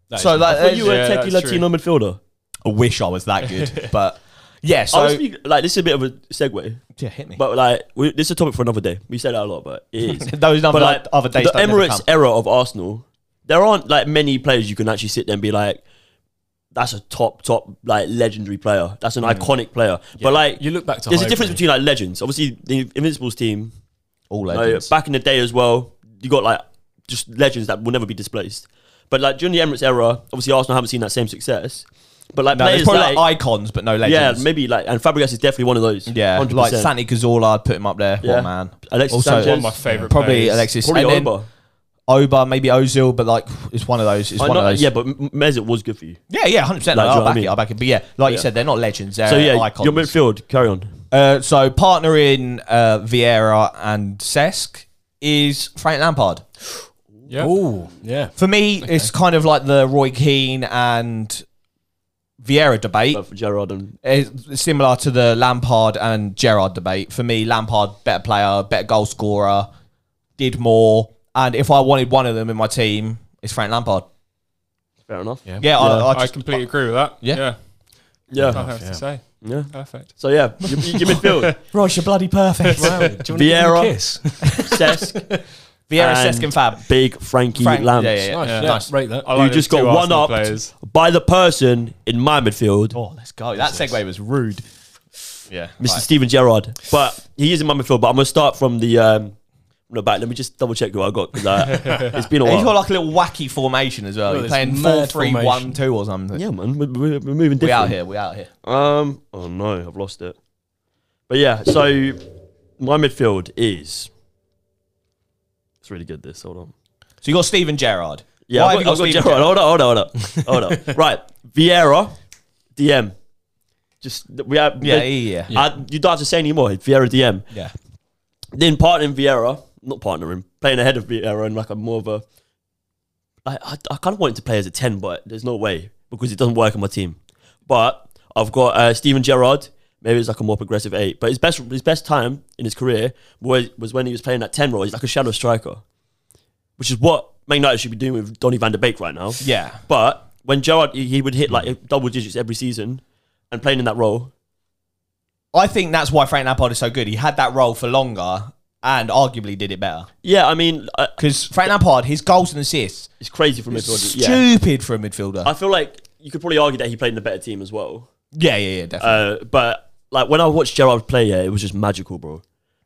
D: that
B: so,
D: is-
B: like, uh,
A: Were you
C: Yeah,
A: a techie
C: that's true.
A: Latino midfielder?
B: I wish I was that
D: [LAUGHS]
B: good. but, yeah,
A: I
B: so.
A: was speaking, like this is a bit of a segue,
B: Yeah, hit me.
A: but like we, this is a topic for another day. We say that a lot, but it is.
B: [LAUGHS] Those number,
A: but like
B: like, other days
A: the
B: don't never
A: Emirates
B: come.
A: era of Arsenal, there aren't like many players you can actually sit there and be like, that's a top top like legendary player. That's
B: Mm.
A: an iconic player. But like
D: you look back to
A: there's a
D: Highbury.
A: difference between like legends. Obviously, the Invincibles team
B: All
A: like,
B: legends.
A: back in the day as well, you got like just legends that will never be displaced. But like during the Emirates era, obviously Arsenal haven't seen that same success. But like
B: No, there's
A: players
B: probably
A: like,
B: like icons, but no legends.
A: yeah, maybe like and Fabregas is definitely one of those.
B: Yeah,
A: 100%.
B: like Santi Cazorla, I'd put him up there.
A: Yeah.
B: What a man?
A: Alexis
B: Also-
A: Sanchez,
C: One of my favourite
B: Probably
C: players.
B: Alexis.
A: probably
B: and then
A: Oba.
B: Oba, maybe Ozil, but like it's one of those. It's
A: I
B: one
A: know-
B: of those.
A: yeah, but M- Mesut was good for you.
B: yeah, yeah, hundred percent.
A: Like, do you know
B: I'll
A: what I
B: back
A: mean?
B: it. I'll back it. But yeah, like you said, they're not legends. They're
A: So yeah,
B: icons.
A: your midfield. Carry on.
B: uh, so partnering uh, Vieira and Cesc is Frank Lampard.
C: Yeah.
D: Ooh,
B: [LAUGHS]
D: yeah.
B: For me, it's kind of like the Roy Keane and Vieira debate.
A: But for Gerard and
B: It's similar to the Lampard and Gerard debate. For me, Lampard better player, better goal scorer, did more. And if I wanted one of them in my team, it's Frank Lampard.
A: fair enough. Yeah,
B: Yeah, I, I
C: I
B: just,
C: completely agree with that.
B: Yeah.
C: yeah.
A: Oh,
C: I
A: yeah.
C: have to say.
A: Yeah.
C: Perfect.
A: So
B: [LAUGHS]
A: yeah, your, your midfield:
B: Ross, you're bloody perfect.
D: Wow. Do you want to
A: Vieira.
D: kiss?
A: Cesc,
B: [LAUGHS] Vieira,
A: And-
B: Cesc, and Fab.
A: Big Frankie
B: Frank-
A: Lamps.
B: yeah, yeah, yeah.
D: Nice,
C: Yeah.
D: yeah.
B: Nice.
D: Rate that.
C: I
A: You
C: like
A: just
C: those two
A: got one
C: Arsenal
A: up
C: players.
A: by the person in my midfield,
B: Oh, let's go. That segue was rude. Yeah.
A: Mr. Steven Gerrard. But he is in my midfield. But I'm gonna start from the um, from the back. Let me just double check who I got because
B: [LAUGHS]
A: it's been a
B: He's got
A: while.
B: like a little wacky formation as well. You're
D: Look, this
B: playing
D: mad
B: 4 3 1
D: formation.
B: 2 or something.
A: Yeah, man, we're, we're we're moving different.
B: We out here. We out here.
A: Um. Oh no, I've lost it. But yeah, so my midfield is. It's really good. This. Hold on.
B: So you got Steven Gerrard.
A: Yeah,
B: Why
A: I've
B: have
A: got, I've got
B: Steven
A: Gerrard. Hold on, hold on, hold on, hold
B: [LAUGHS]
A: on. right, Vieira, DM. Just we have.
B: Yeah, yeah, yeah.
A: I, you don't have to say anymore. Vieira DM.
B: Yeah.
A: Then partnering Vieira, not partnering, playing ahead of Vieira and like a more of a. I, I, I kind of want him to play as a ten, but there's no way because it doesn't work on my team. But I've got uh, Steven Gerrard, Maybe it's like a more progressive eight. But his best his best time in his career was, was when he was playing that 10 role. He's like a shadow striker, which is what Man United should be doing with Donny van de Beek right now.
B: Yeah.
A: But when Gerard, he he would hit like double digits every season and playing in that role.
B: I think that's why Frank Lampard is so good. He had that role for longer and arguably did it better.
A: Yeah, I mean, uh,
B: Because Frank Lampard, his goals and assists,
A: it's crazy for midfielder. Yeah.
B: stupid for a midfielder.
A: I feel like you could probably argue that he played in a better team as well.
B: yeah, yeah, yeah, definitely.
A: Uh, but like when I watched Gerard play, yeah, it was just magical, bro.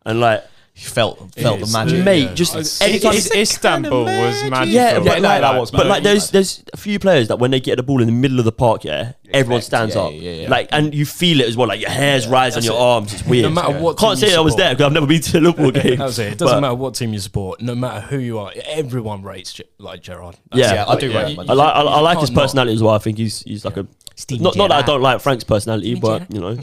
A: And like,
B: You felt felt the
D: is.
B: magic.
A: mate,
D: Yeah.
A: just
C: Is-
A: any time.
C: is- Istanbul was magical.
A: Yeah, but
B: no,
A: like,
B: that was
A: But like,
B: mad.
A: there's there's a few players that when they get the ball in the middle of the park, yeah, everyone stands
B: yeah,
A: up.
B: yeah, yeah.
A: Like, and you feel it as well. Like your hairs rise on your arms. It's weird.
D: No matter what
A: Can't
D: team
A: say
D: you
A: I was there because I've never been to a Liverpool game.
D: That was it. It doesn't
A: But
D: matter what team you support, no matter who you are, everyone rates Ge- like Gerard.
A: Yeah.
B: Yeah, I do rate him.
A: I like I, I like his
D: can't not.
A: personality as well. I think he's he's like a not not that I don't like Frank's personality, but you know.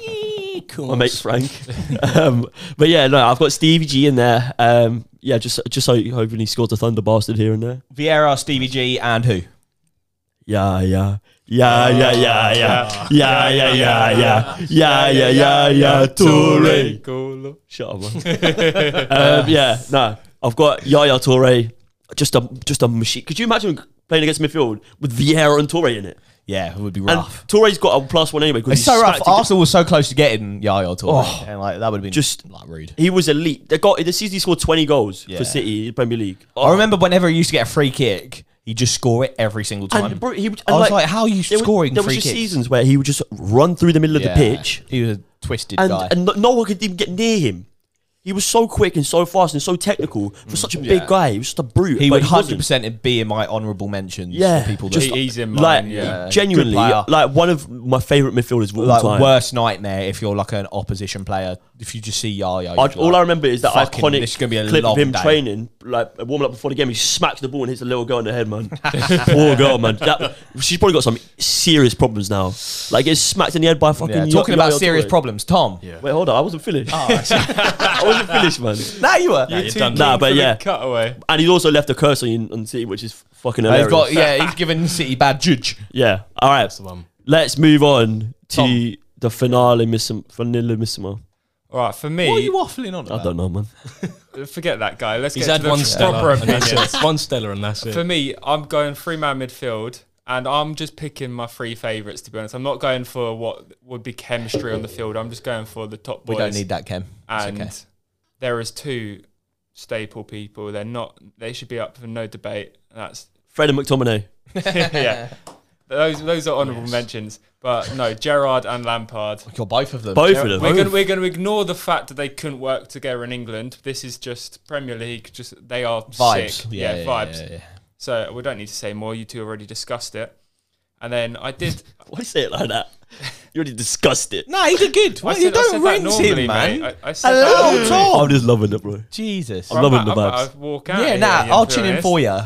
A: my mate Frank. [LAUGHS] um, but yeah, no, I've got Stevie G in there. Um, yeah, just just so hoping he scores a thunder bastard here and there.
B: Vieira, Stevie G, and who?
A: Yeah, yeah. Yeah, yeah, yeah, yeah, Ah, yeah, yeah, yeah, yeah, yeah, yeah, yeah, yeah, Toure.
C: Golo.
A: Shut up, man. [LAUGHS] um, yeah, no, I've got Yaya Toure, just a just a machine. Could you imagine playing against midfield with Vieira and Toure in it?
B: Yeah, it would be
A: And
B: rough.
A: Toure's got a plus one anyway. 'cause
B: It's
A: he
B: so rough.
A: smacked it-
B: Arsenal was so close to getting Yaya Toure, and like that would have been
A: Oh. Just-
B: like rude.
A: He was elite. They got the season he scored twenty goals
B: Yeah.
A: for City in Premier League.
B: I remember whenever he used to get a free kick, he'd just score it every single time.
A: And bro, he would,
B: I
A: and
B: was like, how are you
A: there was-
B: scoring
A: There was
B: free
A: just
B: kicks?
A: seasons where he would just run through the middle
B: Yeah.
A: of the pitch,
B: He was a twisted
A: and
B: guy.
A: and no- no one could even get near him. He was so quick and so fast and so technical for such a big guy. He was just a brute.
B: Mm. he
A: but
B: would hundred
A: wasn't.
B: percent be in my honourable mentions.
A: Yeah,
B: for people that
A: just-
C: He- He's in mine.
A: Like
C: yeah.
A: genuinely,
B: Good player.
A: like one of my favorite midfielders of all
B: like
A: time.
B: worst nightmare if you're like an opposition player. If you just see Yaya,
A: I, all I remember is that
B: Fucking,
A: iconic
B: this is gonna be a
A: clip of
B: long
A: him
B: day.
A: training, like warming up before the game. He smacks the ball and hits a little girl in the head, man. [LAUGHS] Poor girl, man. That, she's probably got some serious problems now. Like gets smacked in the head by fucking.
B: yeah,
A: Yo-
B: talking about
A: Yaya
B: serious
A: Toure.
B: problems. Tom,
D: Yeah.
A: Wait, hold on. I wasn't finished. [LAUGHS] I wasn't finished, man.
B: now you were.
D: Yeah,
C: Too
D: you're done.
C: keen
A: Nah,
C: for
A: but
C: the
A: yeah.
C: Cutaway.
A: And he's also left a curse on, you- on City, which is fucking
B: They've
A: hilarious.
B: got yeah. He's given City bad [LAUGHS] judge.
A: yeah. All right.
D: That's the one.
A: Let's move on to
B: Tom.
A: the finale, Missimo. Finale, Missimo.
C: All right, for
B: What are you
C: me,
B: waffling on
A: I
B: about?
A: don't know, man.
C: forget that guy. Let's
D: He's
C: get
D: had
C: to the
D: one
C: proper
D: stellar, and
C: opinion.
B: [LAUGHS]
D: that's it. One stellar, and that's
C: For
D: it.
C: me, I'm going three man midfield, and I'm just picking my three favourites. To be honest, I'm not going for what would be chemistry on the field. I'm just going for the top
B: We
C: boys.
B: don't need that, Kem. It's
C: And
B: okay.
C: there is two staple people. They're not. They should be up for no debate. That's
A: Fred and McTominay.
C: [LAUGHS] yeah. Those those are honourable mentions. But no, Gerard and Lampard.
B: You're both of them.
A: Both
C: Ger-
A: of them.
C: We're going we're going to ignore the fact that they couldn't work together in England. This is just Premier League. Just they are
B: vibes.
C: sick. Yeah, vibes.
B: yeah, yeah.
C: So we don't need to say more. You two already discussed it. And then I did.
A: Why say it like that? You already discussed it.
B: Nah, he did good. Well,
C: I
B: you
C: said- I
B: don't
C: said that
B: rinse
C: normally,
B: him, man.
C: mate. I, I said
B: Hello,
C: that normally.
A: I'm
B: Tom.
A: just loving it, bro.
B: Jesus.
A: I'm loving
C: about-
A: the
C: about
A: vibes.
C: to walk out
B: Yeah,
C: here,
B: nah,
C: Ian,
B: I'll
C: to
B: tune
C: be
B: in
C: honest.
B: for you.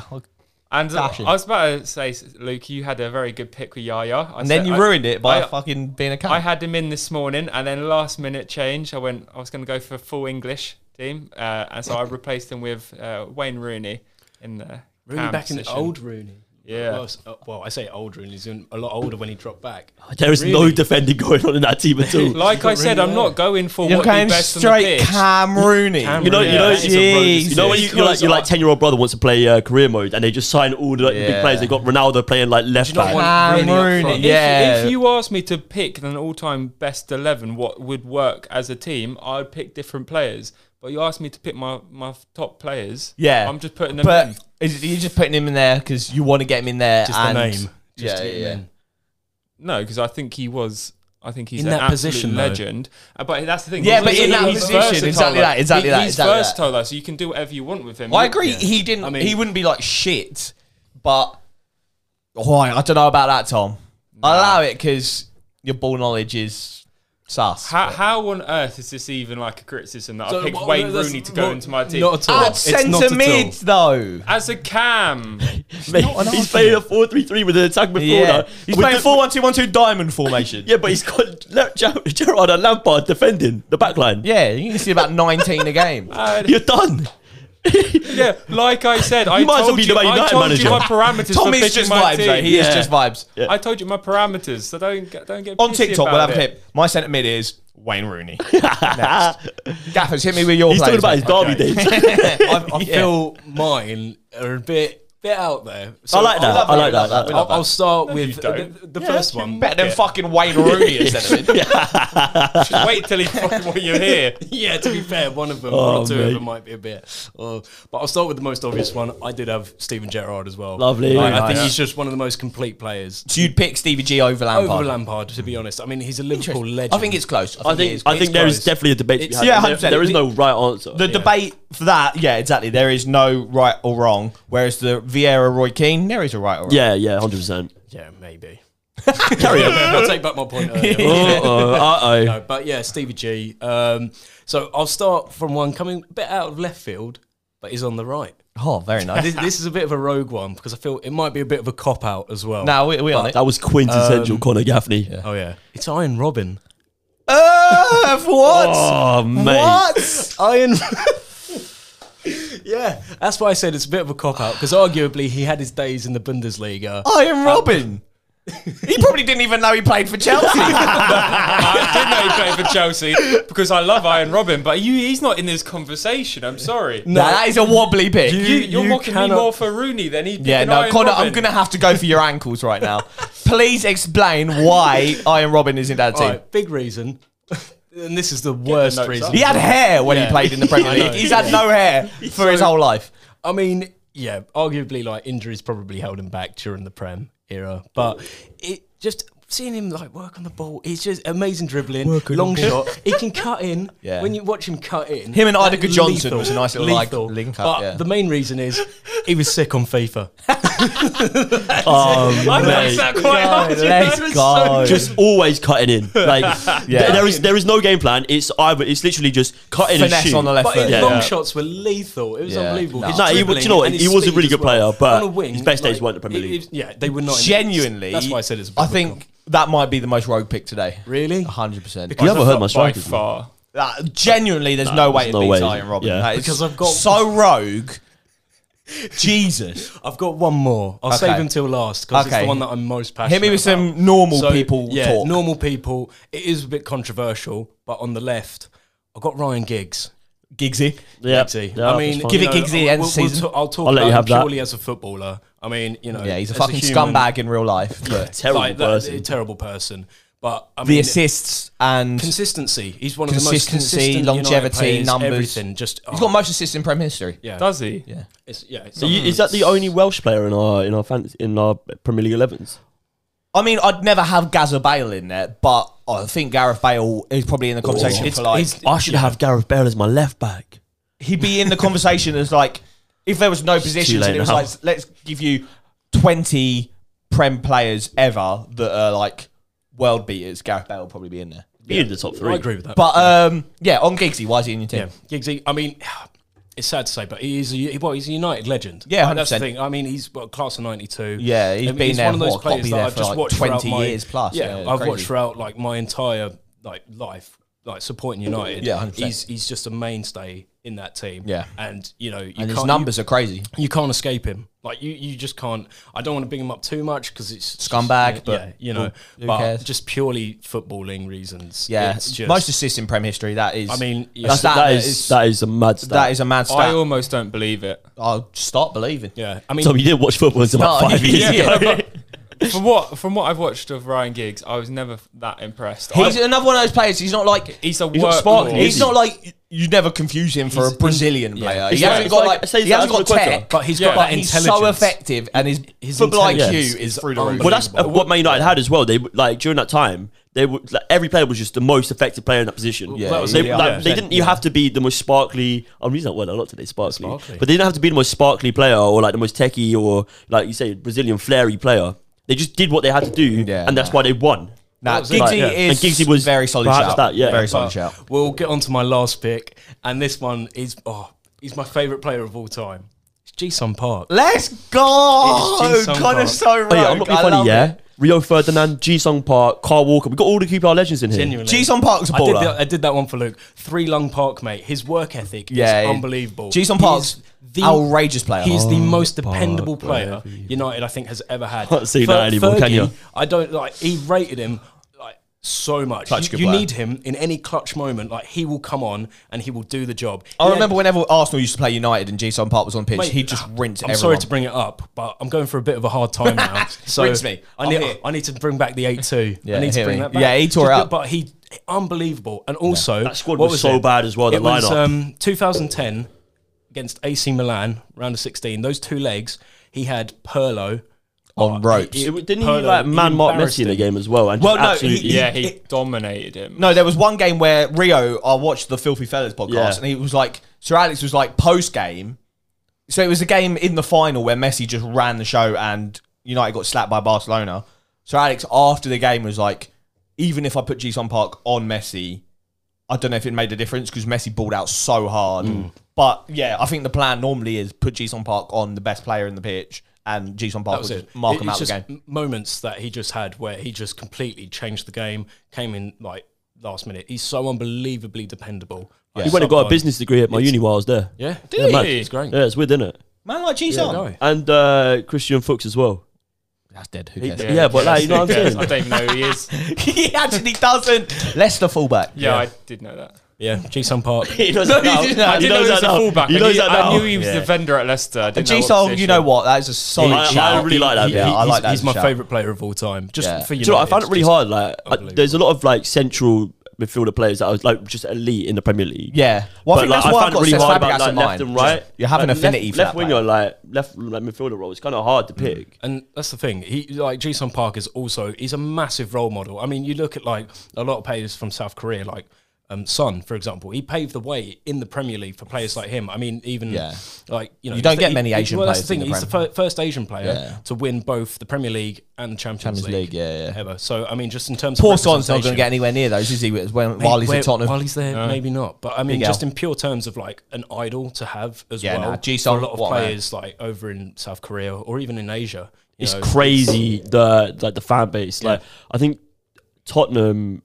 C: And uh,
B: Dashing.
C: I was about to say, Luke, you had a very good pick with Yaya. I
B: And then
C: said-
B: you
C: I-
B: ruined it by
C: I-
B: fucking being a cunt.
C: I had him in this morning, and then last minute change. I went. I was going to go for full English team, uh, and so I replaced him with uh, Wayne Rooney in the
D: Rooney
C: cam
D: back in the
C: position.
D: old Rooney.
C: Yeah.
D: Well, s- uh, well, I say old Rooney. He's in- a lot older when he dropped back.
A: There is no
D: Really?
A: defending going on in that team at all.
C: [LAUGHS] Like I said, I'm
D: Rooney
C: not going for
B: You're
C: what the
B: going
C: best
B: straight
C: on the pitch.
B: Cam Rooney.
C: Cam
A: You know, you know,
C: Yeah, that is
B: a road
A: you know when you,
C: decision.
A: you're like your like ten year old brother wants to play uh, career mode, and they just sign all the like, the big
B: Yeah.
A: players. They got Ronaldo playing like left
C: not
A: back.
C: want-
B: Cam
C: Rooney up
B: Rooney.
C: front. If-
B: Yeah.
C: Ah, If, you asked me to pick an all-time best eleven, what would work as a team, I'd pick different players. But you asked me to pick my, my top players.
B: Yeah.
C: I'm just putting them. in.
B: but is, you're just putting him in there because you want to get him in there.
D: Just
B: and
D: the name. Just
B: yeah,
D: to get him
B: yeah.
D: in.
C: No, because I think he was. I think he's
D: In
C: an
D: that
C: absolute
D: position, though.
C: legend. Uh, But that's the thing.
B: Yeah,
C: He's-
B: but in
C: he's-
B: that
C: he's
B: position,
C: versatile,
B: exactly
C: though.
B: that, exactly
C: He-
B: that,
C: He's
B: exactly that.
C: versatile, though, so you can do whatever you want with him.
B: I
C: You-
B: agree.
C: yeah.
B: He didn't.
D: I mean-
B: he wouldn't be like shit, but why? I don't know about that, Tom. I allow it because your ball knowledge is sus.
C: How, how on earth is this even like a criticism that I
D: So,
C: picked
D: well,
C: Wayne
D: that's
C: Rooney to go
D: not-
C: into my team
D: Not at all.
B: At
D: It's not
B: centre
D: at all.
B: mid, though.
C: as
B: [LAUGHS]
C: a cam?
A: Mate, he's playing a 4-3-3 with an attack midfielder.
B: He's
A: With
B: playing
A: the-
B: 4 1 2 1 2 diamond formation. [LAUGHS]
A: Yeah, but he's got Le- Ger- Gerard and Lampard defending the back line.
B: Yeah, you can see about 19 a game.
A: You're done.
C: uh,
A: [LAUGHS]
C: yeah, like I said, I
A: You might as well
C: told
A: be
C: you,
A: the Man
C: I
A: United
C: told
A: manager.
C: you my parameters for
B: Tommy's
C: picking
B: just
C: my
B: vibes.
C: team.
B: though. He
A: Yeah.
B: is just vibes.
A: Yeah.
C: I told you my parameters, so don't get, don't get
B: On
C: pissy
B: TikTok,
C: about
B: we'll have a
C: it.
B: clip. My sentiment is Wayne Rooney. Next. Gaffers, hit me with your
A: He's talking
B: players,
A: about his
B: mate.
A: derby days.
B: [LAUGHS]
D: I, I feel mine are a bit bit out there. So
A: I like
D: I'll-
A: that. I like that.
D: I'll, I'll start with
C: you don't.
D: the, the first one.
B: Better than fucking Wayne Rooney as sentiment.
C: Just wait till he fucking what you hear.
D: [LAUGHS] yeah, to be fair, one of them,
A: Oh,
D: one or two
A: mate.
D: of them might be a bit. Oh, but I'll start with the most obvious one. I did have Steven Gerrard as well.
A: Lovely.
D: Like, I
A: Nice.
D: think he's just one of the most complete players.
B: So you'd pick Stevie G over Lampard.
D: Over Lampard, to be honest. I mean, he's a Liverpool legend.
B: I think it's close. I think,
A: I
B: it is
A: think
B: close.
A: I think there is
D: close.
A: definitely a debate. to be
D: It's-
A: had.
B: yeah,
A: There-
B: 100%.
A: there is no right answer.
B: the debate for that, yeah, exactly. There is no right or wrong. Whereas the Vieira Roy Keane, there is a right or wrong.
A: yeah, yeah, hundred
B: [LAUGHS]
A: percent.
D: Yeah, maybe.
A: Carry on.
D: I'll take back my point earlier.
A: Uh oh, uh oh.
D: No, but yeah, Stevie G. Um, so I'll start from one coming a bit out of left field, but is on the right.
B: Oh, very nice.
D: [LAUGHS] This, this is a bit of a rogue one because I feel it might be a bit of a cop out as well.
B: now we, we on it.
A: That was quintessential
B: Um,
A: Conor Gaffney.
D: oh yeah, it's Iron Robin.
B: Uh, for what?
A: Oh mate,
B: what?
D: [LAUGHS] Iron. yeah, that's why I said it's a bit of a cop out because arguably he had his days in the Bundesliga.
B: Iron Robin. he probably didn't even know he played for Chelsea.
C: I did know he played for Chelsea because I love Iron Robin, but you, hehe's not in this conversation. I'm sorry.
B: no, that is a wobbly pick.
C: You, you're
D: you
C: mocking
D: cannot-
C: me more for Rooney than he did.
B: yeah,
C: in
B: no,
C: Iron
B: Connor,
C: Robin.
B: I'm gonna have to go for your ankles right now. Please explain why Iron Robin isn't that
D: All
B: team.
D: right, big reason, [LAUGHS] and this is the worst
C: notes
D: reason.
C: up.
B: He had hair when he
D: Yeah.
B: played in the Premier
D: [LAUGHS] I know.
B: League. He's had no
D: [LAUGHS]
B: hair for his whole life.
D: I mean, yeah, arguably like injuries probably held him back during the Prem era, but it just seeing him like work on the ball, he's just amazing dribbling, long shot. he can
A: [LAUGHS]
D: cut in.
B: Yeah.
D: When you watch him cut in,
B: Him and
D: like,
B: Idaho Johnson was a nice little, like,
D: lethal.
B: link up,
D: But
B: yeah.
D: the main reason is [LAUGHS] he was sick on FIFA.
A: oh
C: I
A: mate.
C: noticed that quite hard. you know?
B: Let's go.
A: Just always cutting
B: [LAUGHS]
A: in. Like
B: Yeah.
A: there is there is no game plan. It's either it's literally just cutting and
B: finesse
A: shoot.
B: on the left
D: But his
B: foot.
A: Yeah.
D: long shots were lethal. It was
B: Yeah.
D: unbelievable.
B: No.
D: His
A: No, he was-
D: dribbling
A: you know what,
D: and his
A: he was a
D: speed
A: really
D: as
A: good
D: well.
A: player, but
D: On a wing,
A: his best days
D: like,
A: weren't the Premier
D: it-
A: League.
D: it- yeah, they were not. in-
B: Genuinely,
D: that's why I said it's. a
B: I
D: big cop.
B: think that might be the most rogue pick today.
D: Really?
B: 100%.
A: You haven't heard my
C: By
A: strikers. man.
C: far.
B: Uh, genuinely, there's no, way
A: there's
B: it
A: no
B: beats
A: way.
B: Iron Robin.
A: Yeah.
B: That is
D: Because I've got-
B: so
D: [LAUGHS]
B: rogue. Jesus.
D: I've got one more. I'll
B: Okay.
D: save him till last because it's
B: Okay.
D: the one that I'm most passionate.
B: Hit me with
D: about.
B: some normal
D: So,
B: people
D: yeah,
B: talk.
D: normal people. It is a bit controversial, but on the left, I've got Ryan Giggs.
B: Gigsy.
A: Yeah.
D: Giggsy.
A: Yeah,
D: I mean,
A: that's fine.
B: give
D: you
B: it
D: know,
B: Giggsy end
D: we'll-
B: season.
D: We'll t- I'll talk
A: I'll let
D: about
A: you
D: him
A: have that.
D: purely as a footballer. I mean, you know,
B: Yeah, he's a
D: as
B: fucking
D: human,
B: scumbag in real life. but
A: terrible
D: like, that-
A: person.
D: terrible person. But I mean,
B: the assists and
D: consistency. He's one of the most
B: Consistency,
D: consistent United
B: longevity,
D: players,
B: numbers.
D: everything. Just oh,
B: he's got most assists in Prem history.
D: yeah,
C: Does he?
B: Yeah.
D: it's, yeah. It's
A: So you, is that the only Welsh player in our in our fantasy, in our Premier League elevens?
B: I mean, I'd never have Gazza Bale in there, but I think Gareth Bale is probably in the conversation
D: It's-
B: for like
D: he's-
A: I should have Gareth Bale as my left back.
B: he'd be in the conversation as like if there was no positions
A: late
B: and it was
A: now.
B: like let's give you 20 prem players ever that are like world beaters gareth bale will probably be in there
A: Be in the top three.
D: I agree with that.
B: but um yeah on gigsy why is he in your team
D: Yeah, Giggsy. I mean, [SIGHS] it's sad to say, but he is a, he, well, he's a United legend.
B: Yeah,
D: Like, that's the
B: 100%.
D: thing. I mean, he's what, class of '92.
B: Yeah, he's
D: I mean,
B: been there, what, gotta be there for, like, 20
D: throughout my-
B: years plus.
D: Yeah,
B: Yeah,
D: I've
B: crazy.
D: watched throughout like my entire like life, like supporting United.
B: Yeah, 100%.
D: he's he's just a mainstay in that team.
B: Yeah.
D: and you know, you
B: and his
D: can't,
B: numbers are crazy
D: You, you can't escape him. Like you, you just can't. I don't want to bring him up too much because it's just-
B: Scumbag, but
D: yeah, you know,
B: who
D: but
B: cares?
D: just purely footballing reasons.
B: yeah
D: it's just,
B: most assists in prem history that is
D: I mean, yeah.
B: that's, that,
A: that is that is a mad stat.
B: that is a mad stat
C: I
B: I
C: almost don't believe it.
B: will stop believing
D: yeah. I mean,
A: Tom, you didn't watch football until like
B: No,
A: five years
B: yeah,
A: ago.
C: From what from what I've watched of Ryan Giggs, I was never that impressed.
B: he's
C: I,
B: another one of those players he's not like
C: he's a
A: he's not
C: work.
A: sparkling,
C: lord.
A: is
B: he's not like you never confuse him for a Brazilian player. He
A: It's like-
B: hasn't got
A: it's like-
B: like,
A: I say
B: he
A: that
B: hasn't
A: as
B: got
A: a quitter,
B: tech,
D: but he's got
B: but
D: that
B: he's
D: intelligence.
B: so effective and his,
D: His
B: football IQ
D: intelligence
B: is,
D: is
B: through
D: through
B: the
D: the roof.
A: Well, that's uh, what Man United had as well. They like during that time, they were, like, every player was just the most effective player in that position.
B: Yeah, that was
A: they,
B: it, yeah.
A: like,
B: Yeah.
A: they didn't. You have to be the most sparkly. I'm using that word a lot today, sparkly.
D: Sparkly.
A: But they didn't have to be the most sparkly player or like the most techie or like you say Brazilian flary player. They just did what they had to do,
B: Yeah.
A: and that's why they won.
B: Nah,
D: was it?
B: Giggsy
A: Like, yeah.
B: is
A: And Giggsy was
B: very solid
A: perhaps
B: shout.
A: that, yeah.
B: Very solid
D: But
B: shout.
D: We'll get on to my last pick, and this one is oh, he's my favourite player of all time. It's Jason Park.
B: Let's go.
D: It's Jason
B: Kind of
D: Park.
B: so rogue.
A: Oh, yeah, I'm not being
B: I
A: funny.
B: love
A: Yeah,
B: it.
A: Rio Ferdinand, Ji Sung Park, Carl Walker. We've got all the QPR legends in here.
D: Genuinely.
B: Jason Park's a
D: I did,
B: baller.
D: that, I did that one for Luke. Three Lung Park, mate. His work ethic
B: Yeah,
D: is
B: he-
D: unbelievable.
B: Jason
D: He's
B: Park's outrageous player.
D: He's the most
A: Park,
D: dependable player
A: whatever you-
D: United, I think, has ever had.
A: Can't see that anymore, can you?
D: I don't like. He rated him like so much.
B: Such a
D: you
B: good
D: you
B: player.
D: need him in any clutch moment. Like he will come on and he will do the job.
B: I
D: He had-
B: remember whenever Arsenal used to play United and Jason Park was on pitch,
D: Mate,
B: he just rinsed
D: I'm sorry
B: everyone.
D: to bring it up, but I'm going for a bit of a hard time now. So
B: Rinse me.
D: I
B: I'm
D: need,
B: here.
D: I need to bring back the 8 2.
B: Yeah,
D: I need to
B: hit
D: bring
B: me.
D: that back.
B: Yeah, he tore it
D: Just-
B: up.
D: But he, unbelievable. And also,
A: That squad
D: what
A: was so
D: it?
A: bad as well, the
D: It was
A: lineup.
D: um, 2010 against AC Milan, round of 16. Those two legs, he had Perlo.
B: on ropes.
A: It- didn't he
D: Perlo,
A: like
D: he
A: man mark
D: embarrassed
A: Messi in the
D: him.
A: game as well? And
B: Well,
A: well,
B: no,
A: absolutely.
B: he-
C: Yeah, he dominated him.
B: No, there was one game where Rio, I watched the Filthy Fellas podcast,
A: Yeah.
B: and he was like, Sir Alex was like post game. So it was a game in the final where Messi just ran the show and United got slapped by Barcelona. Sir Alex, after the game, was like, even if I put Jason Park on Messi, I don't know if it made a difference because Messi balled out so hard.
D: Mm.
B: But yeah, I think the plan normally is put Jason Park on the best player in the pitch and Jason Park
D: That was
B: would
D: it.
B: just mark
D: It-
B: him
D: it's
B: out
D: just
B: the game.
D: m- Moments that he just had where he just completely changed the game, came in like last minute. He's so unbelievably dependable.
A: he went and got a business degree at my uni while I was there.
D: Yeah,
C: Did
A: mad.
C: he?
D: it's great.
A: Yeah, it's weird, isn't it?
B: Man like Jason.
D: Yeah, no.
A: And uh, Christian Fuchs as well.
B: That's dead. Who cares?
A: Yeah, but like, you know what I'm
C: Yeah,
A: saying?
C: I don't even know who he is. Yeah,
B: [LAUGHS] he actually doesn't. Leicester fullback.
C: I did know that.
D: Yeah, Jason
A: [LAUGHS]
D: Park.
A: He knows
B: No,
A: that now.
B: he didn't. I
A: He
C: I didn't know
A: knows
C: he was
A: that
C: a
A: now.
C: fullback.
A: He
C: I
A: knows
C: knew,
A: that now.
C: I knew he was
A: Yeah.
C: the vendor at Leicester. I didn't
B: G
C: know what
B: Song, you
C: position.
B: know what? That is a solid
A: I- I
B: shout.
A: really like that.
D: He-
A: bit.
B: Yeah, I
D: he's-
B: like that
D: He's my
B: shout.
D: favourite player of all time. Just
B: Yeah.
D: for
A: Do
D: you.
A: you know, what, I found it really hard. Like, I, there's a lot of like central midfielder players that I was like just elite in the Premier League.
B: yeah.
A: but
B: Well, I think
A: like,
B: that's
A: I
B: why
A: find
B: I've
A: it
B: got
A: really
B: Cesc
A: hard
B: Fabregas
A: about like
B: in
A: left
B: mind.
A: and right.
B: You have an
A: Like,
B: affinity
A: left,
B: for that
A: left
B: player.
A: winger, like left like midfielder role. It's kind of hard to pick.
D: And that's the thing. He like Jason Park is also he's a massive role model. I mean, you look at like a lot of players from South Korea, like um, Son, for example. He paved the way in the Premier League for players like him. I mean, even
B: Yeah.
D: like you know
B: You don't
D: he's
B: get
D: the-
B: many
D: he-
B: Asian
D: well, that's
B: players
D: the
B: in
D: thing.
B: the
D: he's the
B: Prem.
D: fir- first Asian player
B: Yeah.
D: to win both the Premier League and the Champions,
B: Champions League, yeah, yeah.
D: ever. So I mean, just in terms
B: Poor
D: of
B: Son's not going to
D: representation-
B: get anywhere near those, is he? When,
D: Mate,
B: while he's
D: where-
B: at Tottenham.
D: While he's there, maybe not. But I mean,
B: Big
D: just
B: L.
D: in pure terms of like an idol to have as
B: Yeah,
D: well.
B: nah,
D: for
B: Jisung,
D: a lot of
B: what a man.
D: players like over in South Korea or even in Asia. you
A: It's
D: know,
A: crazy the like the fan base. Like I think Tottenham,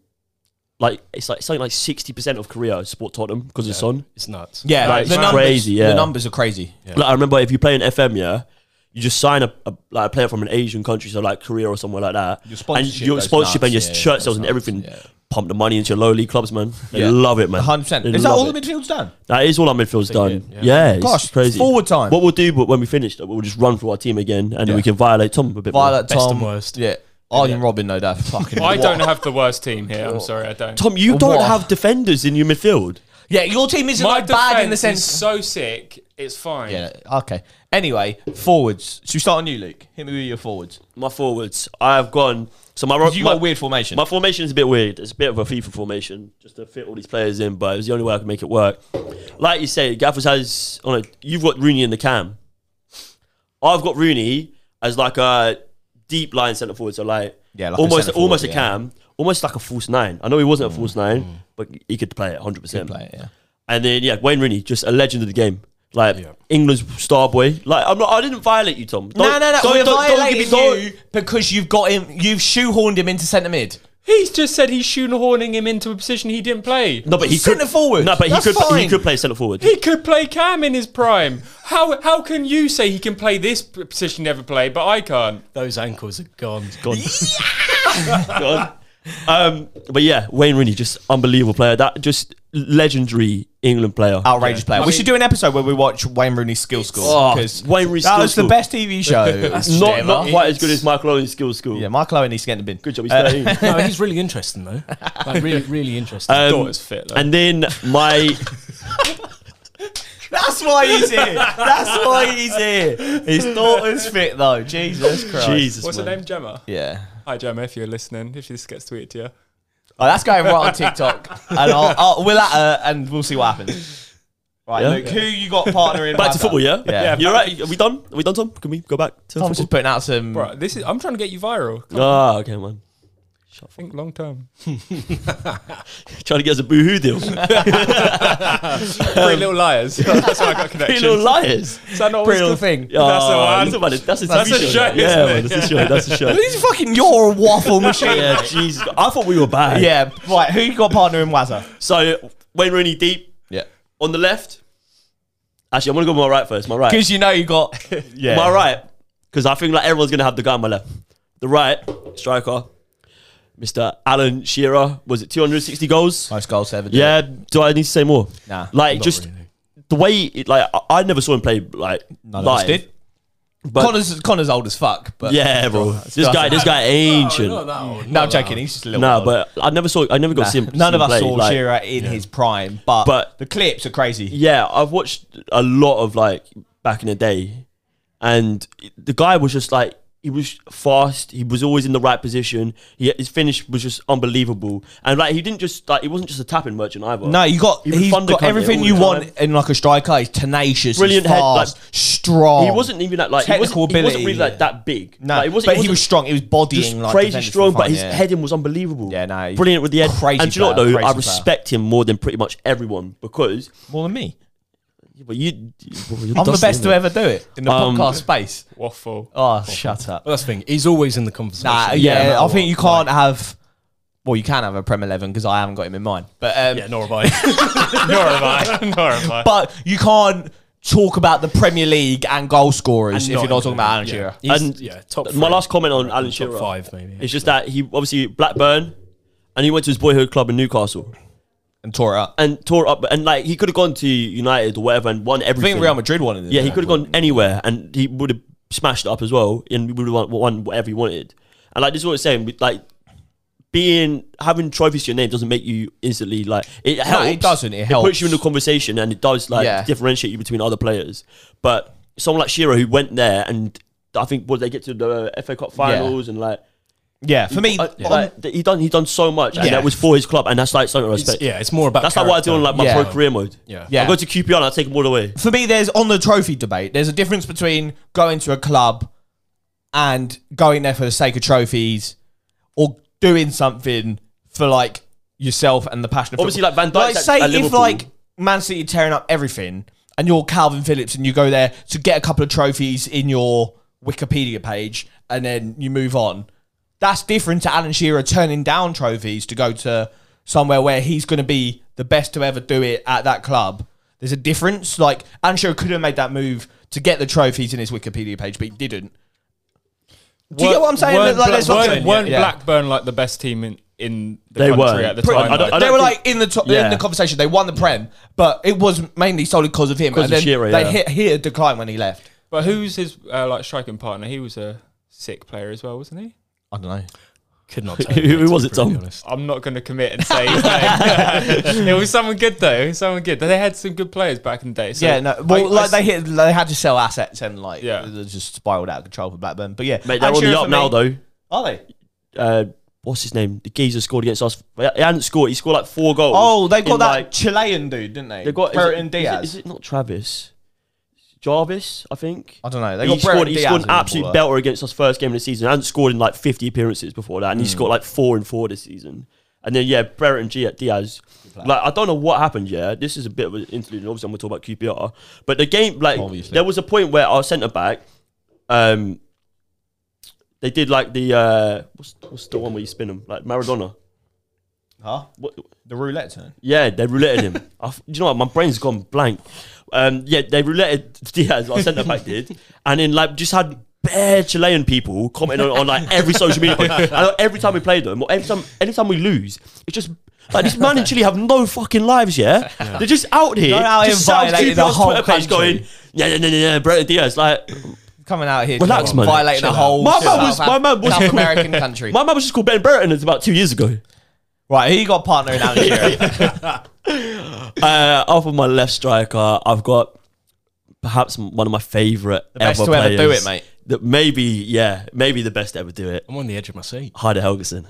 A: like it's like something like sixty percent of Korea support Tottenham because of Son.
D: It's nuts.
B: yeah,
A: Like,
B: the
A: it's
B: numbers,
A: crazy, yeah.
B: The numbers are crazy.
A: Like I remember if you play in FM, yeah, you just sign a, a like a player from an Asian country, so like Korea or somewhere like that.
B: Your sponsorship
A: and your
B: goes
A: sponsorship and
B: nuts,
A: your
B: yeah,
A: shirt
B: goes
A: sales and
B: nuts,
A: everything.
B: yeah.
A: Pump the money into your low league clubs, man. They
B: Yeah.
A: love it, man.
B: 100%.
A: They
B: Is that
A: love
B: all
A: it.
B: the midfield's done?
A: That is all our midfield's done. Yeah, it's
B: Gosh,
A: crazy.
B: forward time.
A: What we'll do but when we finish, though, we'll just run through our team again, and then we can violate Tom a bit more.
B: Violet,
D: Best
B: Tom.
D: and worst.
B: Yeah. Arjen Robin, no doubt. Fucking
C: I
B: what?
C: don't have the worst team here. I'm sorry, I don't.
A: Tom, you don't
B: What?
A: have defenders in your midfield.
B: Yeah, your team isn't
C: My
B: like bad in the
C: defence
B: sense.
C: is so sick. It's fine.
B: yeah, okay. Anyway, forwards. Should we start on you, Luke? Hit me with your forwards.
A: My forwards, I have gone. So my ro-
B: You
A: my,
B: got a weird formation.
A: my formation is a bit weird. It's a bit of a FIFA formation just to fit all these players in, but it was the only way I could make it work. Like you say, Gaffers has on a, you've got Rooney in the cam. I've got Rooney as like a deep line centre forward, so like,
B: Yeah, like a
A: almost
B: centre forward,
A: almost
B: yeah. Mm.
A: a cam, almost like a false nine. I know he wasn't a false nine, but he could play it 100. percent
B: Play it, yeah.
A: and then yeah, Wayne Rooney, just a legend of the game. Like England's star boy. Like I'm not. I didn't violate you, Tom.
B: No,
A: Don't-
B: no, no.
A: don't-
B: we're
A: don't- don't give me-
B: violating
A: don't-
B: you because you've got him. You've shoehorned him into centre mid.
C: He's just said he's shoehorning him into a position he didn't play.
A: No, but he
B: Centre
A: could
B: forward.
A: No, but
B: That's
A: he could. He
B: fine.
A: could play centre forward.
C: He could play Cam in his prime. How how can you say he can play this p- position he never played, but I can't?
D: Those ankles are gone.
A: Gone. Gone. Um, but yeah, Wayne Rooney, just unbelievable player. That just legendary England player.
B: Outrageous player.
C: I
B: we
C: mean-
B: should do an episode where we watch Wayne Rooney's skill school
A: Oh,
B: because
A: Wayne Rooney's
B: that
A: skill
B: was
A: school.
B: the
A: [LAUGHS]
B: best TV show.
A: Not,
B: ever.
A: not quite as good as Michael Owen's skill school.
B: Yeah, Michael Owen needs to get in the bin.
A: Good job, he's
B: Uh, [LAUGHS]
A: 13.
D: no, he's really interesting though. Like really, really interesting.
A: Um,
C: Daughter's fit, though.
A: and then my
B: That's why he's here. That's why he's here. His daughter's fit though. Jesus Christ.
A: Jesus,
C: What's
A: man.
C: her name, Gemma?
B: Yeah.
C: Hi, Gemma, if you're listening, if this gets tweeted to you.
B: Oh, that's going right on TikTok, and I'll, I'll, we'll at her, and we'll see what happens. Right,
A: Yeah.
B: Luke. Who you got partnering?
A: Back to football, yeah.
B: Yeah.
A: You're right. Are we done? Are we done, Tom? Can we go back to
B: Tom's
A: football?
B: just putting out some.
C: Bro, this is I'm trying to get you viral.
A: Ah, okay, man. Shut the
C: Think long term.
A: fuck- Trying to get us a boohoo
B: [LAUGHS]
A: deal.
C: Three little liars. [LAUGHS] That's why I got
A: Pretty
C: connections.
A: little liars. Ah,
B: Is that not
A: Pretty
B: the
A: little-
B: thing?
A: Yeah,
C: That's
A: that's
C: the
A: a one. That's a,
C: That's
A: TV
C: a
A: show.
C: show,
A: that.
C: isn't
A: yeah,
C: it?
A: man, that's a show. That's a
C: [LAUGHS]
A: show.
B: These fucking you're a
A: [LAUGHS]
B: waffle machine.
A: yeah, Jesus. I thought we were bad.
B: yeah, right. Who you got partnering Wazza?
A: So Wayne Rooney deep
B: Yeah,
A: on the left. Actually, I'm gonna go my right first. My right.
B: because you know you got yeah.
A: My right. Because I think like everyone's gonna have the guy on my left. The right striker, Mr. Alan Shearer. Was it 260 goals?
B: Most goals ever. did.
A: Yeah. Do I need to say more?
B: Nah.
A: Like just the way it, like I, I never saw him play like
B: None of us
A: live.
B: did.
A: But
B: Connor's Connor's old as fuck, but
A: yeah, bro. This guy, this guy ancient. No,
B: [LAUGHS] No, I'm joking. He's just a little. old.
A: but I never saw. I never got to see him. see
B: None
A: him
B: of
A: play,
B: us saw
A: like-
B: Shearer in his prime, but,
A: But-
B: the clips are crazy.
A: Yeah, I've watched a lot of like back in the day, and the guy was just like he was fast. He was always in the right position. He, his finish was just unbelievable, and like he didn't just like he wasn't just a tapping merchant either.
B: No, you got
A: He was
B: he's
A: fun to
B: got
A: cunt
B: everything
A: all
B: you
A: the
B: want
A: time.
B: in like a striker. He's tenacious,
A: Brilliant
B: brilliant,
A: head,
B: fast, strong.
A: he wasn't even that like he wasn't,
B: Technical
A: he wasn't
B: ability,
A: really like
B: yeah.
A: that big.
B: No,
A: Like, wasn't-
B: but he was strong. He was bodying
A: just
B: like
A: crazy
B: defenders
A: strong,
B: for fun,
A: but his
B: yeah.
A: heading was unbelievable.
B: Yeah, no, he's
A: brilliant with the head.
B: crazy
A: and do you know what
B: player,
A: though?
B: crazy
A: I
B: player.
A: respect him more than pretty much everyone because.
B: more than me.
A: But you, you're
B: I'm the
A: dusty,
B: best
A: innit?
B: to ever do it in the
A: Um,
B: podcast space.
C: Waffle.
B: Oh, shut up.
D: Well, that's the thing. He's always in the conversation.
B: Nah,
D: no
B: yeah,
D: matter
B: I think
D: what.
B: you can't have. Well, you can have a Prem Eleven because I haven't got him in mind, but um,
D: Yeah, nor have I.
C: Nor have I.
D: [LAUGHS]
C: Nor have I.
B: but you can't talk about the Premier League and goal scorers
D: And
B: if you're not talking about Alan
D: yeah.
B: Shearer.
D: He's-
A: And
D: yeah, top.
A: My
D: three.
A: last comment on Alan Shearer.
D: Top five, maybe.
A: It's just that he obviously Blackburn, and he went to his boyhood club in Newcastle
B: and tore it up.
A: and tore up. And like he could have gone to United or whatever and won
B: I
A: everything.
B: think Real Madrid wanted. him.
A: yeah, he could have gone anywhere, and he would have smashed it up as well, and would have won, won whatever he wanted. And like this is what I'm saying, with, like being having trophies to your name doesn't make you instantly like it helps.
B: it doesn't, it
A: puts
B: helps.
A: you in the conversation, and it does like
B: Yeah.
A: differentiate you between other players. But someone like Shearer who went there and. I think what they get to the FA Cup finals and like
B: Yeah, for me,
A: I-
B: on-
A: like, th- he done he done so much, and
B: Yeah.
A: that was for his club, and that's like something I
D: It's-
A: respect.
D: yeah, it's more about.
A: that's like what I do on like my
B: Yeah.
A: pro career mode.
D: Yeah.
B: Yeah.
A: I go to QPR and I take them all the way.
B: for me, there's on the trophy debate. There's a difference between going to a club and going there for the sake of trophies, or doing something for like yourself and the passion. Of
A: Obviously,
B: football.
A: like, Van Dijk's
B: Like,
A: at-
B: say
A: at
B: if
A: Liverpool.
B: like Man City tearing up everything, and you're Calvin Phillips, and you go there to get a couple of trophies in your Wikipedia page, and then you move on. That's different to Alan Shearer turning down trophies to go to somewhere where he's going to be the best to ever do it at that club. There's a difference. Like Alan Shearer could have made that move to get the trophies in his Wikipedia page, but he didn't. Do you get what I'm saying?
C: Weren't,
B: Like,
C: Bla-
B: that's what I'm
C: weren't-
B: saying.
C: weren't
B: Yeah.
C: Blackburn like the best team in, in the
A: They
C: country
A: were.
C: at the
A: Pretty-
C: time?
A: I don't-
C: like,
B: they were
A: think-
B: like in the top,
A: Yeah.
B: in the conversation. They won the prem, but it was mainly solely because of him.
A: 'Cause
B: And
A: of
B: then
A: Shearer,
B: they
A: yeah.
B: hit, hit a decline when he left.
C: but who's his uh, like striking partner? He was a sick player as well, wasn't he?
B: I don't know.
D: Could not.
A: Who- who was it, Tom?
C: I'm not going to commit and say his
B: [LAUGHS]
C: name. it was someone good though. It was someone good. They had some good players back in the day. So
B: yeah, no.
C: I-
B: Well,
C: I
B: like
C: s-
B: they hit, they had to sell assets and like
C: Yeah.
B: it just spiraled out of control for Blackburn. But yeah,
A: Mate, they're on
B: and Shearer
A: the
B: for
A: up
B: me-
A: now though.
B: Are they?
A: Uh, what's his name? The geezer scored against us. He hadn't scored. He scored like four goals.
B: Oh, they got
A: in,
B: that
A: like-
B: Chilean dude, didn't they?
A: they got. is it-
B: Brereton
A: is it-
B: Diaz.
A: Is it not Travis? Jarvis, I think.
B: I don't know. They
A: he
B: got
A: scored,
B: Brereton
A: he
B: Diaz.
A: scored
B: in
A: an
B: the
A: absolute
B: ball,
A: belter against us first game of the season. hadn't scored in like 50 appearances before that, and
B: Hmm.
A: he scored like four and four this season. And then yeah, Brereton G at Diaz. Like I don't know what happened. Yeah, this is a bit of an interlude. And obviously, I'm gonna talk about QPR, but the game like
B: Obviously.
A: there was a point where our centre back, um, they did like the uh, what's, what's the one where you spin him like Maradona.
B: Huh?
A: What,
B: The roulette turn.
A: yeah, they rouletted him. I f- you know what? My brain's gone blank. Um, [LAUGHS] yeah, they rouletted Diaz, our centre back did, and then like just had bare Chilean people commenting on, on like every social media. post.
B: [LAUGHS]
A: And every time we play them, or every time, anytime we lose, it's just. Like this man in Chile have no fucking lives, yeah. They're just out here,
B: They're out
A: just
B: here
A: South
B: violating
A: QPR's
B: the whole
A: Twitter page
B: country.
A: going, yeah, yeah, yeah, yeah, yeah, Brendan Diaz. Like,
B: Coming out here,
A: Relax,
B: just
A: man.
B: Violating the
A: Chill
B: whole.
A: out. My
B: South
A: man was-
B: Af-
A: my man was-
B: South American
A: [LAUGHS]
B: country.
A: my man was just called Ben Brereton it's about two years ago.
B: right, he got partnering
A: [LAUGHS]
B: out here.
A: Uh, off of my left striker, I've got perhaps m- one of my favourite the
B: best
A: ever
B: to ever do
A: players.
B: it, mate.
A: That maybe, yeah, maybe the best to ever do it.
D: I'm on the edge of my seat.
A: Heider Helgeson.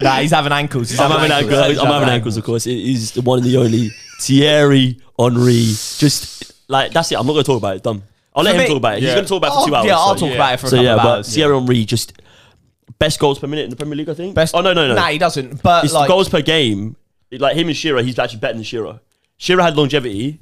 B: nah, he's having ankles. He's
A: I'm having ankles. I'm having ankles, of course. It is the one and the only Thierry Henry. Just like that's it. I'm not going to talk about it. Done. I'll let
B: For
A: him
B: me-
A: talk about it. He's
C: yeah.
A: going to talk about it for
B: Oh,
A: two hours.
B: Yeah, I'll
A: so-
B: talk about it for a
A: So
B: couple
A: yeah,
B: of
A: but
B: hours.
A: Thierry Henry just best goals per minute in the Premier League, I think.
B: Best-
A: Oh no, no, no.
B: Nah, he doesn't. But
A: it's
B: like,
A: goals per game. Like him and Shearer, he's actually better than Shearer. Shearer had longevity.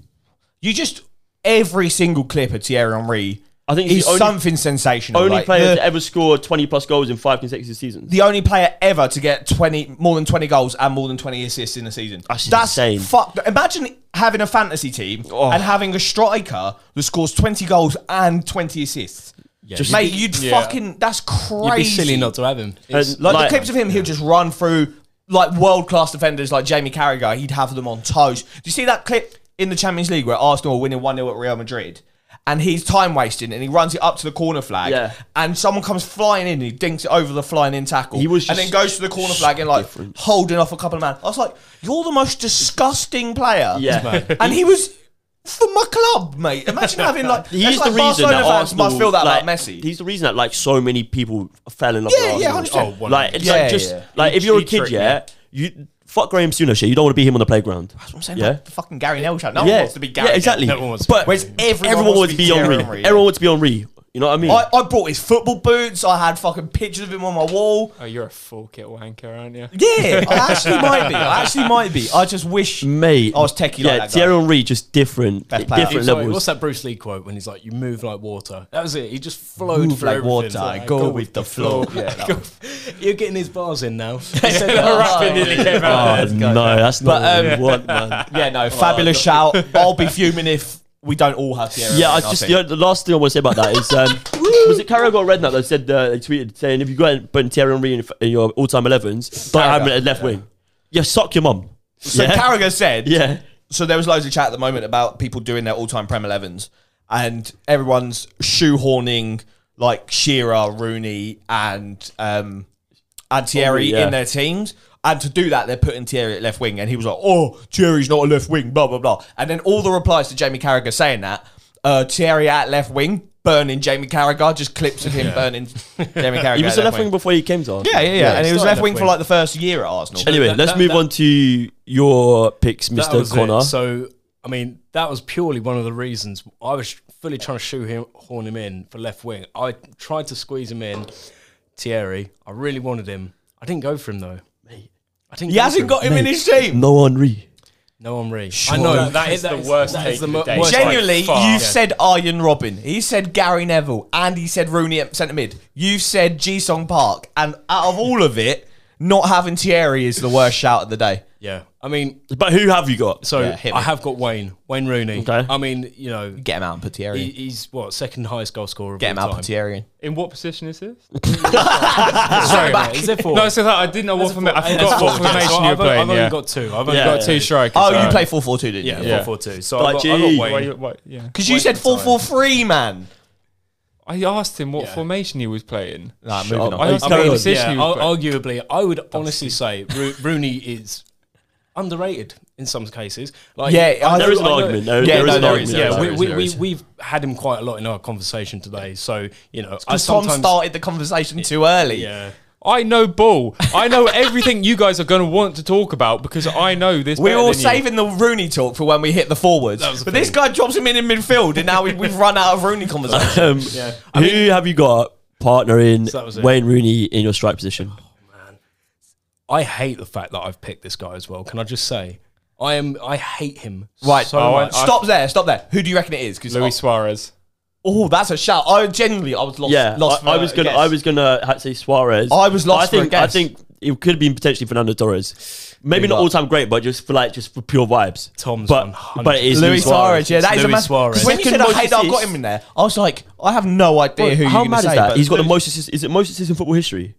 B: you just every single clip of Thierry Henry
A: I think he's
B: is
A: the only,
B: something sensational.
A: only
B: like,
A: player
B: the,
A: to ever score twenty plus goals in five consecutive seasons.
B: the only player ever to get twenty more than twenty goals and more than twenty assists in a season.
A: That's insane. Oh.
B: Fuck. Imagine having a fantasy team and having a striker that scores twenty goals and twenty assists.
A: Just-
B: Mate, you'd
C: Yeah.
B: fucking. That's crazy.
D: You'd be silly not to have him. It's-
A: And,
B: Like,
A: like-
B: the clips of him, he'll just run through like world class defenders like Jamie Carragher. He'd have them on toes. Do you see that clip in the Champions League where Arsenal are winning 1 0 at Real Madrid? And he's time wasting and he runs it up to the corner flag.
A: Yeah.
B: And someone comes flying in and he dinks it over the flying in tackle.
A: He was
B: and then
A: just
B: goes to the corner flag and like holding off a couple of men. I was like, you're the most disgusting player.
A: yeah,
B: And he was for my club, mate. Imagine having like.
A: He
B: that's
A: is
B: like
A: the reason
B: Barcelona
A: that
B: fans
A: Arsenal,
B: must feel that
A: like,
B: about Messi.
A: He's the reason that like so many people fell in love
B: Yeah,
A: with
B: yeah,
A: Arsenal.
B: 100%.
A: Oh, like it's
B: Yeah,
A: like just
B: yeah.
A: like if
C: He-
A: you're a
C: he
A: kid,
C: tricked me.
A: yeah, you fuck Graham Sooner shit. You don't want to be him on the playground.
B: That's what I'm saying.
A: Yeah.
B: like, fucking Gary Neville. show. No
A: yeah,
B: one wants to be Gary.
A: yeah,
B: Neville.
A: exactly.
D: No one wants to
A: but
D: be
B: Whereas
A: everyone,
B: everyone,
A: wants to be
B: Thierry
A: on Henry.
B: Henry.
A: Everyone wants to be on Henry. You know what I mean?
B: I, I brought his football boots. I had fucking pictures of him on my wall.
C: Oh, you're a full kit wanker, aren't you?
B: Yeah, I
A: [LAUGHS]
B: actually might be. I actually might be. I just wish.
A: Mate,
B: I was techie like
A: Yeah,
B: that guy.
A: Thierry Henry just different,
B: Best player.
A: different
D: Sorry,
A: levels.
D: what's that Bruce Lee quote when he's like, "You move like water"? That was it. He just flowed
B: Move
D: through
B: like
D: everything.
B: water,
D: It's like,
B: go with the flow.
A: [LAUGHS]
B: Yeah, that
D: Go- [LAUGHS] You're getting his bars in now. [LAUGHS]
C: Rapping nearly came out.
A: Oh no, [LAUGHS] that's not
B: But,
A: what
B: um,
A: we want, man.
B: Yeah, no, fabulous shout. I'll be fuming if we don't all have Thierry.
A: [LAUGHS] Yeah, I
B: Henry,
A: just
B: think.
A: you know, the last thing I want to say about that is um, was it Carragher or Redknapp that said uh, they tweeted saying if you go and put Thierry Henry in, in your all-time 11s, don't have him at left wing. Yeah, suck your mum.
B: So
A: yeah.
B: Carragher
A: [LAUGHS]
B: said.
A: yeah,
B: So there was loads of chat at the moment about people doing their all-time Prem 11s, and everyone's shoehorning like Shearer, Rooney, and um, and Thierry
A: yeah.
B: in their teams. And to do that, they're putting Thierry at left wing, and he was like, "Oh, Thierry's not a left wing." Blah blah blah. And then all the replies to Jamie Carragher saying that uh, Thierry at left wing, burning Jamie Carragher, just clips of him
A: [LAUGHS]
B: burning Jamie Carragher.
A: he was
B: at
A: a left wing before he came to us.
B: Yeah, yeah, yeah. and he was left
D: started left
B: wing for
D: wing.
B: like the first year at Arsenal.
A: Anyway,
D: That-
A: let's
D: that-
A: move
D: that-
A: on to your picks,
D: That
A: Mr.
D: was it.
A: Connor.
D: So, I mean, that was purely one of the reasons I was fully trying to shoehorn him in for left wing. I tried to squeeze him in, Thierry. I really wanted him. I didn't go for him though. I didn't.
B: He
D: go for
B: hasn't got him in
A: Mate,
B: his team.
A: No Henri.
D: No Henri.
B: Sure.
D: I know
B: That-
C: that is the worst
D: that
C: take
D: is the
C: of
D: mo-
C: the day.
D: worst take.
B: Genuinely,
C: By far.
B: you've
C: Yeah.
B: said Arjen Robin, he said Gary Neville, and he said Rooney at centre mid. You've said G Song Park, and out of all of it, not having Thierry is the worst shout of the day.
D: Yeah. I mean,
A: But who have you got?
D: so
B: Yeah, hit me.
D: I have got Wayne. Wayne Rooney.
A: Okay.
D: I mean, you know,
B: Get him out and put Thierry.
D: he,
B: in.
D: he's what second highest goal scorer. Of
B: Get him
D: all
B: out and put
D: time.
B: Thierry. in.
C: In what position is this?
D: [LAUGHS] Sorry,
B: [LAUGHS]
D: mate, is there four?
C: No, so that I didn't know what format. I forgot what formation you were
D: I've, I've
C: playing.
D: only
C: Yeah,
D: got two. I've only
A: Yeah.
D: got
C: got
D: two.
C: two strikers.
B: Oh,
C: so-
B: you play four four two, didn't
D: Yeah,
B: you?
C: Yeah.
D: four four two. So
A: Like,
D: I've, got, I've
A: gee.
D: got
C: Why
D: Wayne.
C: you- why- Yeah.
B: Because you said four four three, man.
C: I asked him what
D: Yeah.
C: formation he was playing.
B: Nah,
A: Shut
B: moving
A: up.
B: on.
C: I
A: He's
C: asked him
A: carry
C: what
A: on.
C: position
D: yeah,
C: he was
D: ar-
C: playing.
D: arguably, I would honestly say Ro- Rooney is underrated in some cases. Like,
B: Yeah, I-
A: There is an
D: I know-
A: argument. There,
B: Yeah,
A: there is
B: no,
A: an
B: there
A: argument.
B: is,
D: Yeah,
A: about
D: we,
A: that.
D: we,
B: there
D: we,
B: is.
D: we've had him quite a lot in our conversation today. So, you know, I
B: Because Tom
D: sometimes...
B: started the conversation too early.
D: yeah.
C: I know ball. I know everything you guys are going to want to talk about because I know this.
B: We
C: better
B: were all
C: than you.
B: saving the Rooney talk for when we hit the forwards.
D: was the
B: But this
D: thing.
B: guy drops him in in midfield, and now we, we've run out of Rooney conversation.
A: Um, who have you got partnering
D: So that was it.
A: Wayne Rooney in your strike position?
D: I hate the fact that I've picked this guy as well. Can I just say? I am. I hate him.
B: Right.
D: So
C: Oh, I-
D: much.
B: stop there. Stop there. Who do you reckon it is? Because
C: Luis Suarez.
B: Oh, that's a shout! I genuinely, I was lost.
A: Yeah,
B: lost
A: I, I
B: for-
A: was gonna,
B: yes.
A: I was gonna ha- say Suarez.
B: I was lost
A: I
B: for a
A: think, I
B: guess.
A: think it could have been potentially Fernando Torres. Maybe not
B: up.
A: all time great, but just for like just for pure vibes.
D: Tom's
A: but
D: 100.
A: but it is
B: Luis Suarez. Yeah, that is
D: Luis
B: a massive.
D: Suarez.
B: When you
A: Second
B: said I hate, that I
A: most
B: got him in there. I was like, I have no idea who.
A: How
B: you're
A: mad
B: gonna
A: is
B: say,
A: that?
B: but-
A: He's got the most. assists- Is it most assists in football history?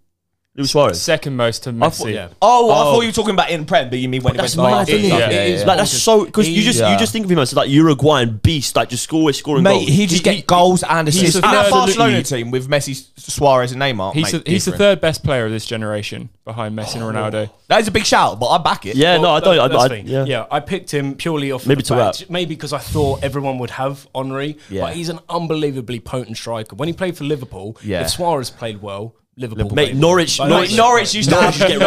A: Luis Suarez.
C: Second most to Messi.
A: thought-
D: Yeah.
B: Oh, I
A: Oh.
B: thought you were talking about in prem, but you mean when he went
A: That's
B: to
A: mad,
B: Barca and
A: isn't it?
B: stuff.
C: Yeah, yeah,
A: Like that's so because you just
B: Yeah.
A: you just think of him as like Uruguayan beast, like just always scoring
B: Mate,
A: goals.
B: he just get goals and assists.
A: a
B: And that
A: third-
B: Barcelona team with Messi, Suarez, and Neymar.
C: He's,
B: mate,
C: the- he's the
B: different. Oh,
C: third best player of this generation behind Messi and Ronaldo.
B: That is a big shout, but I back it.
A: Yeah, no, I don't.
D: That-
A: I,
D: Oh, that's the
A: I,
D: thing.
A: yeah.
D: I picked him purely off
A: Maybe
D: maybe the
A: to
D: fact, maybe because I thought everyone would have Henri,
B: Yeah.
D: but he's an unbelievably potent striker. When he played for Liverpool,
B: Yeah.
D: if Suarez played well, Liverpool,
A: Mate,
D: played
A: Norwich,
D: well.
B: Norwich,
A: Norwich,
B: Norwich used to
A: Norwich
B: have
A: get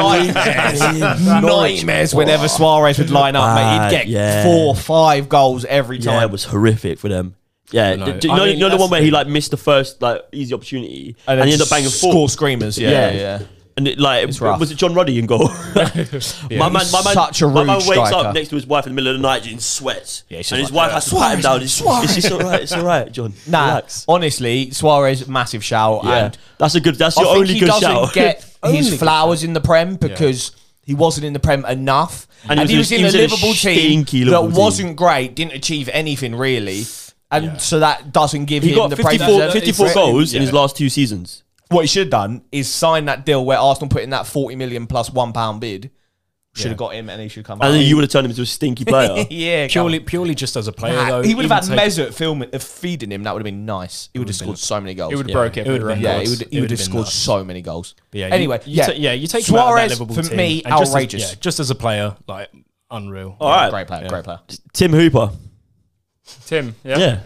B: nightmares. nightmares whenever Suarez would line up, mate. He'd
A: Bad,
B: get
A: yeah.
B: four, five goals every
A: yeah,
B: time.
A: it was horrific for them. Yeah,
D: No.
A: d- d- you
D: I
A: know,
D: mean,
A: you know the
D: that's
A: one where
D: the
A: he
D: thing.
A: like missed the first like easy opportunity and,
B: then
A: he ended up banging
B: score
A: four,
B: screamers. Yeah,
A: Yeah.
B: yeah.
A: and it, like
B: It's rough.
A: was it John Ruddy in
B: [LAUGHS]
A: goal? My man, my man,
B: Such a
A: my man
B: rude
A: wakes
B: striker.
A: up next to his wife in the middle of the night in sweats,
B: Yeah,
A: and
B: it's
A: his
B: just like,
A: wife has to pat him down. It's, it's, it's all right, it's all right, John.
B: [LAUGHS] Nah,
A: Relax.
B: honestly, Suarez massive shout,
A: Yeah,
B: and
A: that's a good. That's
B: I
A: your
B: think
A: only
B: he
A: good
B: doesn't
A: shout. [LAUGHS]
B: get
D: Only
B: his
D: good
B: flowers in the prem because he wasn't in the prem enough,
A: And
B: and,
A: he
B: he
A: was
B: was,
A: in-
B: in
A: he
B: a
A: was in a
B: Liverpool team
A: stinky
B: that
A: Liverpool team.
B: wasn't great, didn't achieve anything really, and so that doesn't give
A: he
B: him
A: got
B: the praise.
A: 54,
B: that he
A: 54
B: deserves.
A: goals in his
D: Yeah.
A: last two seasons.
B: What he should have done is sign that deal where Arsenal put in that forty million plus one pound bid. Should have got him, and he should come.
A: And
B: back.
A: then you would have turned him into a
B: [LAUGHS]
A: stinky player.
B: yeah, come
D: Purely, purely just as a player,
B: Nah,
D: though.
B: he would have
D: even
B: had
D: take-
B: Mesut film, uh, feeding him. That would have been nice. He would have scored so many goals.
C: It would
D: Yeah,
C: have broke
D: it
C: it.
D: would've been
B: yeah,
D: nuts.
B: he would,
D: It
B: he would
D: would've
B: have
D: been
B: scored
D: nuts.
B: so many goals.
D: But yeah, you-
B: anyway,
D: you
B: yeah,
D: ta- yeah, you take him out of that
B: Suarez
D: Liverpool
B: for
D: team,
B: me
D: and just as-
B: outrageous.
D: yeah, just as a player, like unreal.
A: All right,
B: Great player, great player.
A: Tim Hooper.
C: Tim. Yeah.
A: Yeah.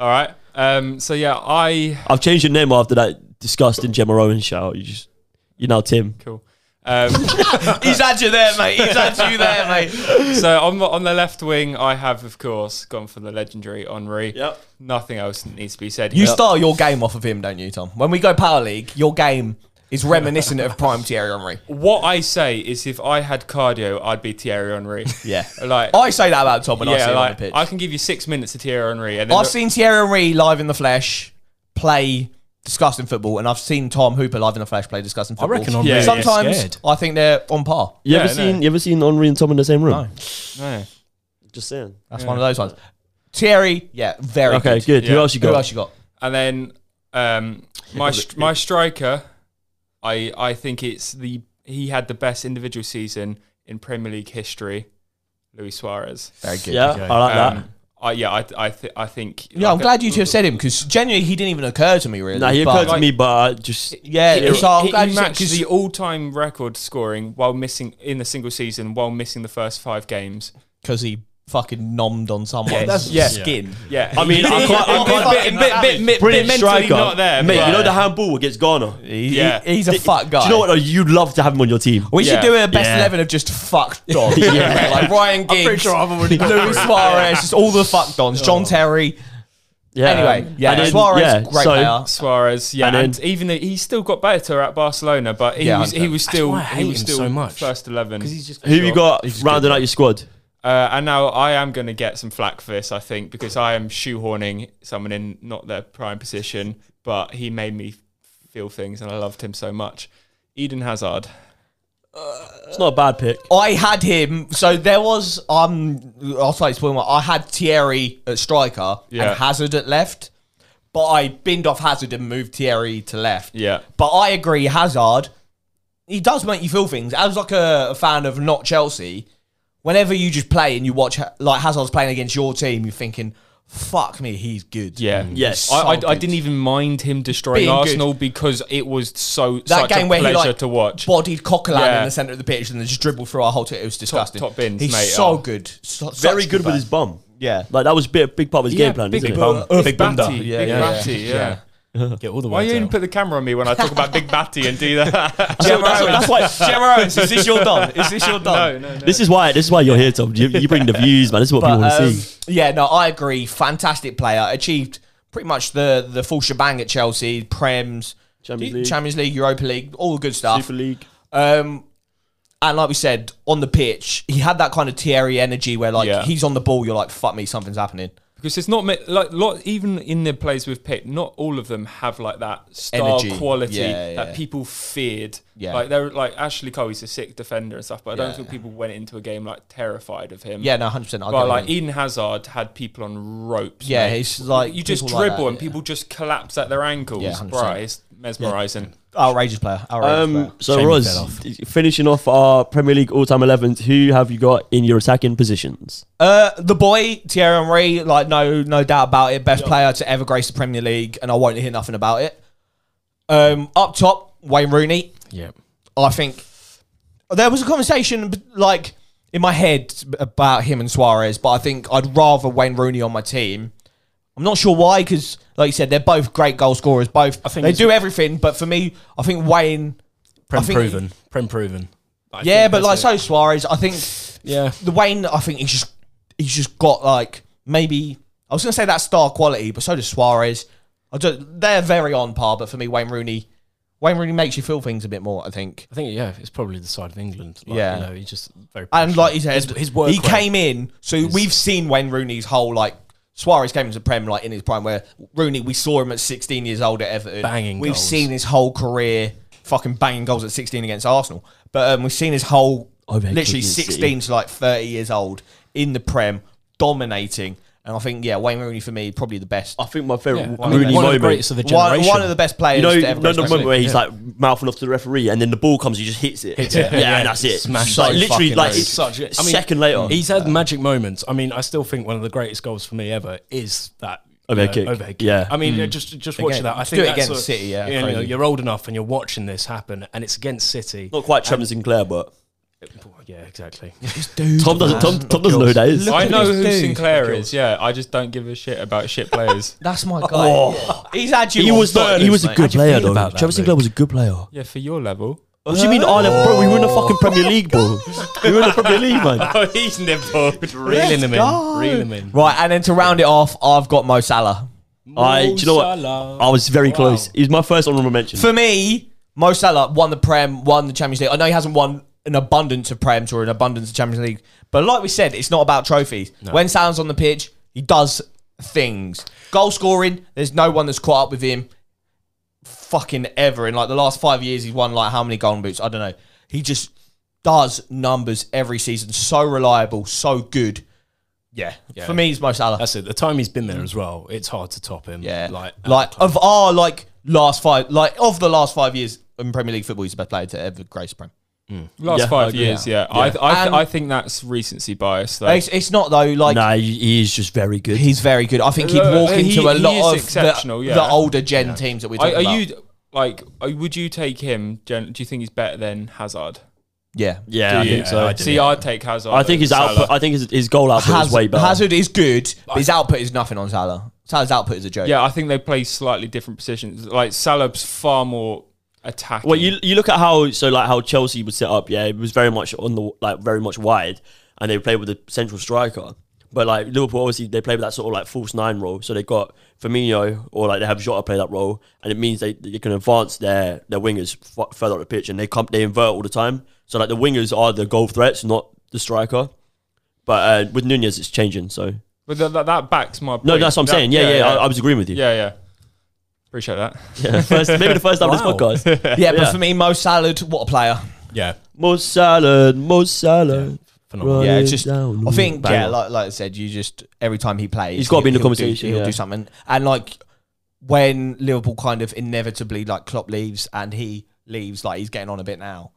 C: All right. Um, so yeah, I
A: I've changed your name after that disgusting Gemma Rowan shout. You just you're now Tim.
C: cool.
B: [LAUGHS]
C: Um,
B: He's at you
D: [LAUGHS]
B: there, mate. He's at you there, mate.
C: so on the, on the left wing, I have of course gone for the legendary Henri.
A: Yep.
C: Nothing else needs to be said.
B: You
C: here.
B: start your game off of him, don't you, Tom? When we go power league, your game is reminiscent of prime Thierry Henry.
C: what I say is, if I had cardio, I'd be Thierry Henry.
B: Yeah,
C: Like
B: I say that about Tom when I see
C: yeah,
B: him on the
C: like
B: pitch.
C: I can give you six minutes of Thierry Henry, and then
B: I've seen Thierry Henry live in the flesh play disgusting football, and I've seen Tom Hooper live in the flesh play disgusting
D: I
B: football.
D: reckon Henry
C: Yeah,
D: is
B: sometimes
D: scared.
B: I think they're on par.
A: You
C: Yeah,
A: ever
C: no.
A: seen you ever seen Henri and Tom in the same room?
C: No.
A: Just saying.
B: That's one of those ones. Thierry, yeah, very
A: Okay,
B: good.
A: good. Who
C: Yeah.
A: else you
B: Who
A: got?
B: else you got?
C: And then um, my str- my striker, I I think it's the he had the best individual season in Premier League history, Luis Suarez.
B: Very good.
A: Yeah,
D: Okay.
A: I like that.
C: Um, I, yeah, I I, th- I think.
B: Yeah, I'm glad you two have said him because genuinely he didn't even occur to me really.
A: Nah, he
B: but-
A: occurred to me, but I just
B: Yeah,
C: He,
B: so I'm
C: he-
B: glad
C: he
B: you said
C: matched
B: because
C: the all-time record scoring while missing in the single season while missing the first five games.
B: because he fucking nommed on someone.
C: that's- yeah.
B: skin.
C: Yeah,
A: I mean, I can't- I can't-
C: bit, bit, bit, bit, bit
A: brilliant
C: mentally
A: striker.
C: Not there,
A: mate. You
C: but-
A: know the handball against Ghana.
C: Yeah.
B: He- he's a fuck guy.
A: Do you know what? Though? You'd love to have him on your team.
B: We
C: Yeah.
B: should do a best
A: Yeah.
B: eleven of just
A: [LAUGHS]
B: fuck dons.
A: Yeah.
B: like Ryan Giggs, [LAUGHS]
D: I've already Oh.
B: Luis Suarez, just all the fuck dons. John Terry.
A: Yeah.
B: Anyway, yeah,
A: And then-
B: Suarez,
A: yeah,
B: great
A: so-
B: player.
C: Suarez, yeah,
A: And
C: and,
A: then-
C: even though he still got better at Barcelona, but he
B: Yeah,
C: was he
B: 100%.
C: was still
D: why I hate
C: he was
D: him
C: still
D: so much.
C: first eleven. He's just
A: Who you got rounding out your squad?
C: Uh, and now I am going to get some flack for this, I think, because I am shoehorning someone in not their prime position, but he made me feel things, and I loved him so much. Eden Hazard.
A: It's not a bad pick.
B: I had him. So there was um. I'll try to explain what I had Thierry at striker
C: Yeah.
B: and Hazard at left, but I binned off Hazard and moved Thierry to left.
C: Yeah,
B: But I agree, Hazard. He does make you feel things. As like a, a fan of not Chelsea, whenever you just play and you watch Ha- like Hazard's playing against your team, you're thinking, "Fuck me, he's good." Mm.
C: yeah,
A: Yes.
C: I, I,
B: So
C: I
B: good.
C: didn't even mind him destroying
B: Being good.
C: Arsenal because it was so
B: That
C: such
B: game
C: a
B: where
C: pleasure
B: he like
C: to watch.
B: bodied Coquelin
C: Yeah.
B: in the center of the pitch and then just dribbled through our whole team. It was disgusting.
C: top bins,
B: he's
C: mate.
B: so
C: Oh.
B: good, So-
A: Very
B: such
A: good with
B: player.
A: his bum.
B: yeah.
A: Like that was a bit, big part of his
C: yeah,
A: game plan.
C: big
A: isn't it?
C: bum,
B: Big
C: big
B: bum.
C: batty,
D: Yeah,
C: big
D: yeah,
C: batty, yeah.
D: Get all the
C: Why
D: way
C: you
D: down.
C: didn't put the camera on me when I talk about big batty and do that?
B: [LAUGHS] Gemma Owens. That's why. Gemma Owens, is this your don? Is this your don?
C: no, no.
A: This is why. This is why you're here, Tom. You, you bring the views, man. This is what people want to
B: um,
A: see.
B: yeah, no, I agree. Fantastic player. Achieved pretty much the the full shebang at Chelsea, Prem's,
A: Champions League.
B: Champions League, Europa League, all the good stuff.
A: Super League.
B: Um, and like we said, on the pitch, he had that kind of Thierry energy where like
C: Yeah.
B: he's on the ball, you're like, fuck me, something's happening.
C: because it's not ma- like lot even in the plays we've picked. Not all of them have like that star
B: Energy.
C: quality
B: Yeah, yeah.
C: that people feared.
B: Yeah.
C: like they're like Ashley Cole, he's a sick defender and stuff, but I don't
B: Yeah.
C: think people went into a game like terrified of him.
B: Yeah, no, hundred percent.
C: But like Eden Hazard had people on ropes.
B: Yeah,
C: mate.
B: he's like
C: you just
B: people like
C: dribble
B: that,
C: and
B: yeah.
C: people just collapse at their ankles.
B: Yeah,
C: Yeah,
B: 100%.
C: it's mesmerizing.
B: outrageous player. Outrageous player.
A: Um, so
D: Shame he
A: Roz,
D: fell off.
A: finishing off our Premier League all-time 11th, who have you got in your attacking positions?
B: Uh, the boy Thierry Henry, like no, no doubt about it, best player to ever grace the Premier League, and I won't hear nothing about it. Um, up top, Wayne Rooney.
D: Yeah.
B: I think there was a conversation like in my head about him and Suarez, but I think I'd rather Wayne Rooney on my team. I'm not sure why, because like you said, they're both great goal scorers. Both
D: think
B: they
D: it's-
B: do everything, but for me, I think Wayne.
D: Prem
B: I think-
D: proven. Prem proven. I
B: yeah,
D: think
B: but like
D: that's
B: so Suarez, I think
D: it. yeah.
B: the Wayne, I think he's just he's just got like maybe I was going to say that star quality, but so does Suarez. I don't, they're very on par, but for me, Wayne Rooney, Wayne Rooney makes you feel things a bit more. I think,
D: I think yeah, it's probably the side of England. Like,
B: Yeah.
D: you know, he's just very.
B: and like you
D: passionate.
B: said,
D: his, his work.
B: he
D: rate.
B: came in. So we've seen Wayne Rooney's whole like. Suarez came into the Prem like in his prime, where Rooney we saw him at 16 years old at Everton.
D: Banging
B: We've
D: goals.
B: seen his whole career fucking banging goals at 16 against Arsenal, but um, we've seen his whole
A: Overhead
B: literally
A: kick against
B: 16 to like 30 years old in the Prem, dominating. And I think yeah, Wayne Rooney for me probably the best
A: I think my favourite
D: Yeah, one of
A: Rooney
D: the- one of the
A: moment.
D: greatest of the
B: one,
D: generation.
B: one of the best players.
A: you know,
B: to
A: no,
B: ever
A: no,
B: play
A: the
B: Premier
A: moment where
B: League.
A: he's like mouthing off to the referee, and then the ball comes, he just hits it. yeah,
D: yeah.
A: and that's it.
D: Smash
A: like,
B: it.
A: literally,
B: Fucking
A: like
B: amazing.
A: it's
D: Such a- I mean,
A: second later.
D: He's had magic moments. I mean, I still think one of the greatest goals for me ever is that you
A: Overhead kick.
D: Overhead
A: Yeah.
D: I mean, just just watching
B: Again,
D: that. I
B: just
D: think
B: do it
D: that's
B: against
D: sort of-
B: City, yeah,
D: you know,
B: crazy.
D: you're old enough and you're watching this happen, and it's against City.
A: not quite Trevor Sinclair, but
D: Yeah, exactly. [LAUGHS]
A: Tom doesn't. Tom, Tom doesn't know who that is.
C: I
B: at
C: know
B: this
C: who
B: dude.
C: Sinclair is. Yeah, I just don't give a shit about shit
B: [LAUGHS]
C: players.
B: that's my guy.
A: Oh.
B: He's had you.
A: He
B: on
A: was. Not, he
B: burners,
A: was a
B: mate.
A: good player though.
D: about that,
A: Trevor Sinclair
D: Luke?
A: was a good player.
C: yeah, for your level.
A: What do you mean? I never, bro, we were in the fucking Premier League, bro. We were in the Premier League, man.
C: Oh, he's nibbled.
D: [LAUGHS] Reeling him
B: go.
D: in. Reeling him in.
B: Right, and then to round it off, I've got Mo Salah.
A: I. Do you know what?
D: Salah.
A: I was very
D: Wow.
A: close. He was my first honourable mention.
B: For me, Mo Salah won the Prem, won the Champions League. I know he hasn't won an abundance of Prems or an abundance of Champions League, but like we said, it's not about trophies. When Salah's on the pitch, he does things. Goal scoring, there's no one that's caught up with him. fucking ever. In like the last five years, he's won like how many golden boots? I don't know. He just does numbers every season. So reliable, so good. Yeah, for me, he's Mo Salah.
D: That's it. The time he's been there as well, it's hard to top him.
B: yeah,
D: Like, uh,
B: like uh, of our like last five, like of the last five years in Premier League football, he's the best player to ever grace Prem.
C: Last
A: Yeah, I
C: five
A: agree.
C: years, yeah. I, th- I, th-
B: And-
C: I think that's recency bias, though.
B: It's, it's not though. Like
A: Nah, he, he is just very good.
B: he's very good. I think he'd
C: Uh,
B: walk
C: he-
B: into a
C: he is
B: lot of
C: exceptional,
B: the,
C: yeah.
B: the older gen teams that we're
C: Are,
B: talking
C: are
B: about.
C: you like? Are, would you take him? Gen- Do you think he's better than Hazard?
B: yeah,
A: yeah, I think so. I,
D: do,
C: See,
D: yeah.
C: I'd take Hazard.
A: think
C: over
A: his
C: Salah.
A: output. I think his, his goal output is
B: Hazard,
A: way better.
B: Hazard is good, but his output is nothing on Salah. Salah's output is a joke.
C: Yeah, I think they play slightly different positions. Like Salah's far more attacking.
A: Well, you you look at how so like how Chelsea was set up. Yeah, it was very much on the like very much wide, and they played with a central striker. But like Liverpool, obviously they play with that sort of like false nine role. So they got Firmino or like they have Jota play that role, and it means they, they can advance their their wingers f- further up the pitch, and they come they invert all the time. So like the wingers are the goal threats, not the striker. But uh, with Nunez, it's changing. So
C: but th- that, that backs my. Point.
A: no, that's what I'm
C: That-
A: saying. Yeah, yeah, I, I
C: yeah.
A: was agreeing with you.
C: yeah, yeah. Appreciate that.
A: Yeah, [LAUGHS] first, maybe the first time
D: Wow.
A: on this podcast.
B: yeah, but
A: Yeah.
B: for me, Mo Salah, what a player.
D: yeah,
A: Mo Salah, Mo Salah.
D: phenomenal.
A: Right.
B: yeah,
A: Yeah,
B: it's just
A: down,
B: I think
A: bang
B: yeah,
A: on.
B: like, like I said, you just every time he plays,
A: He's gotta be in the
B: he'll do-
A: conversation,
B: he'll
A: yeah.
B: do something, and like when Liverpool kind of inevitably like Klopp leaves and he leaves, like he's getting on a bit now,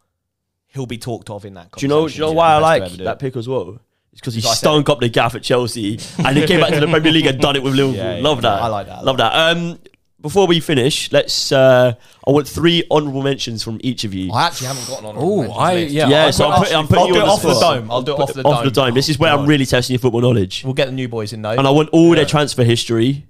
B: he'll be talked of in that.
A: Do you know? Do
B: conversation.
A: you know
B: He's
A: why I
B: the best to
A: like
B: ever do
A: that
B: it.
A: pick as well? It's because he
B: Like I said-
A: stunk up the gaff at Chelsea, and he came back to the Premier League and done it with Liverpool.
B: Yeah, yeah,
A: Love
B: yeah.
A: that.
B: I like that a
A: Love that. Um, before we finish, let's. Uh, I want three honourable mentions from each of you.
B: I actually haven't gotten on.
D: Oh, I yeah.
A: yeah,
D: I-
A: so I'm, put, I'm putting
B: I'll
A: you
B: do
A: on
B: it off the
A: spot.
B: dome. I'll do it off the
A: Off the
B: dome.
A: dome. This is where I'm really testing your football knowledge,
B: We'll get the new boys in though.
A: and I want all their transfer history,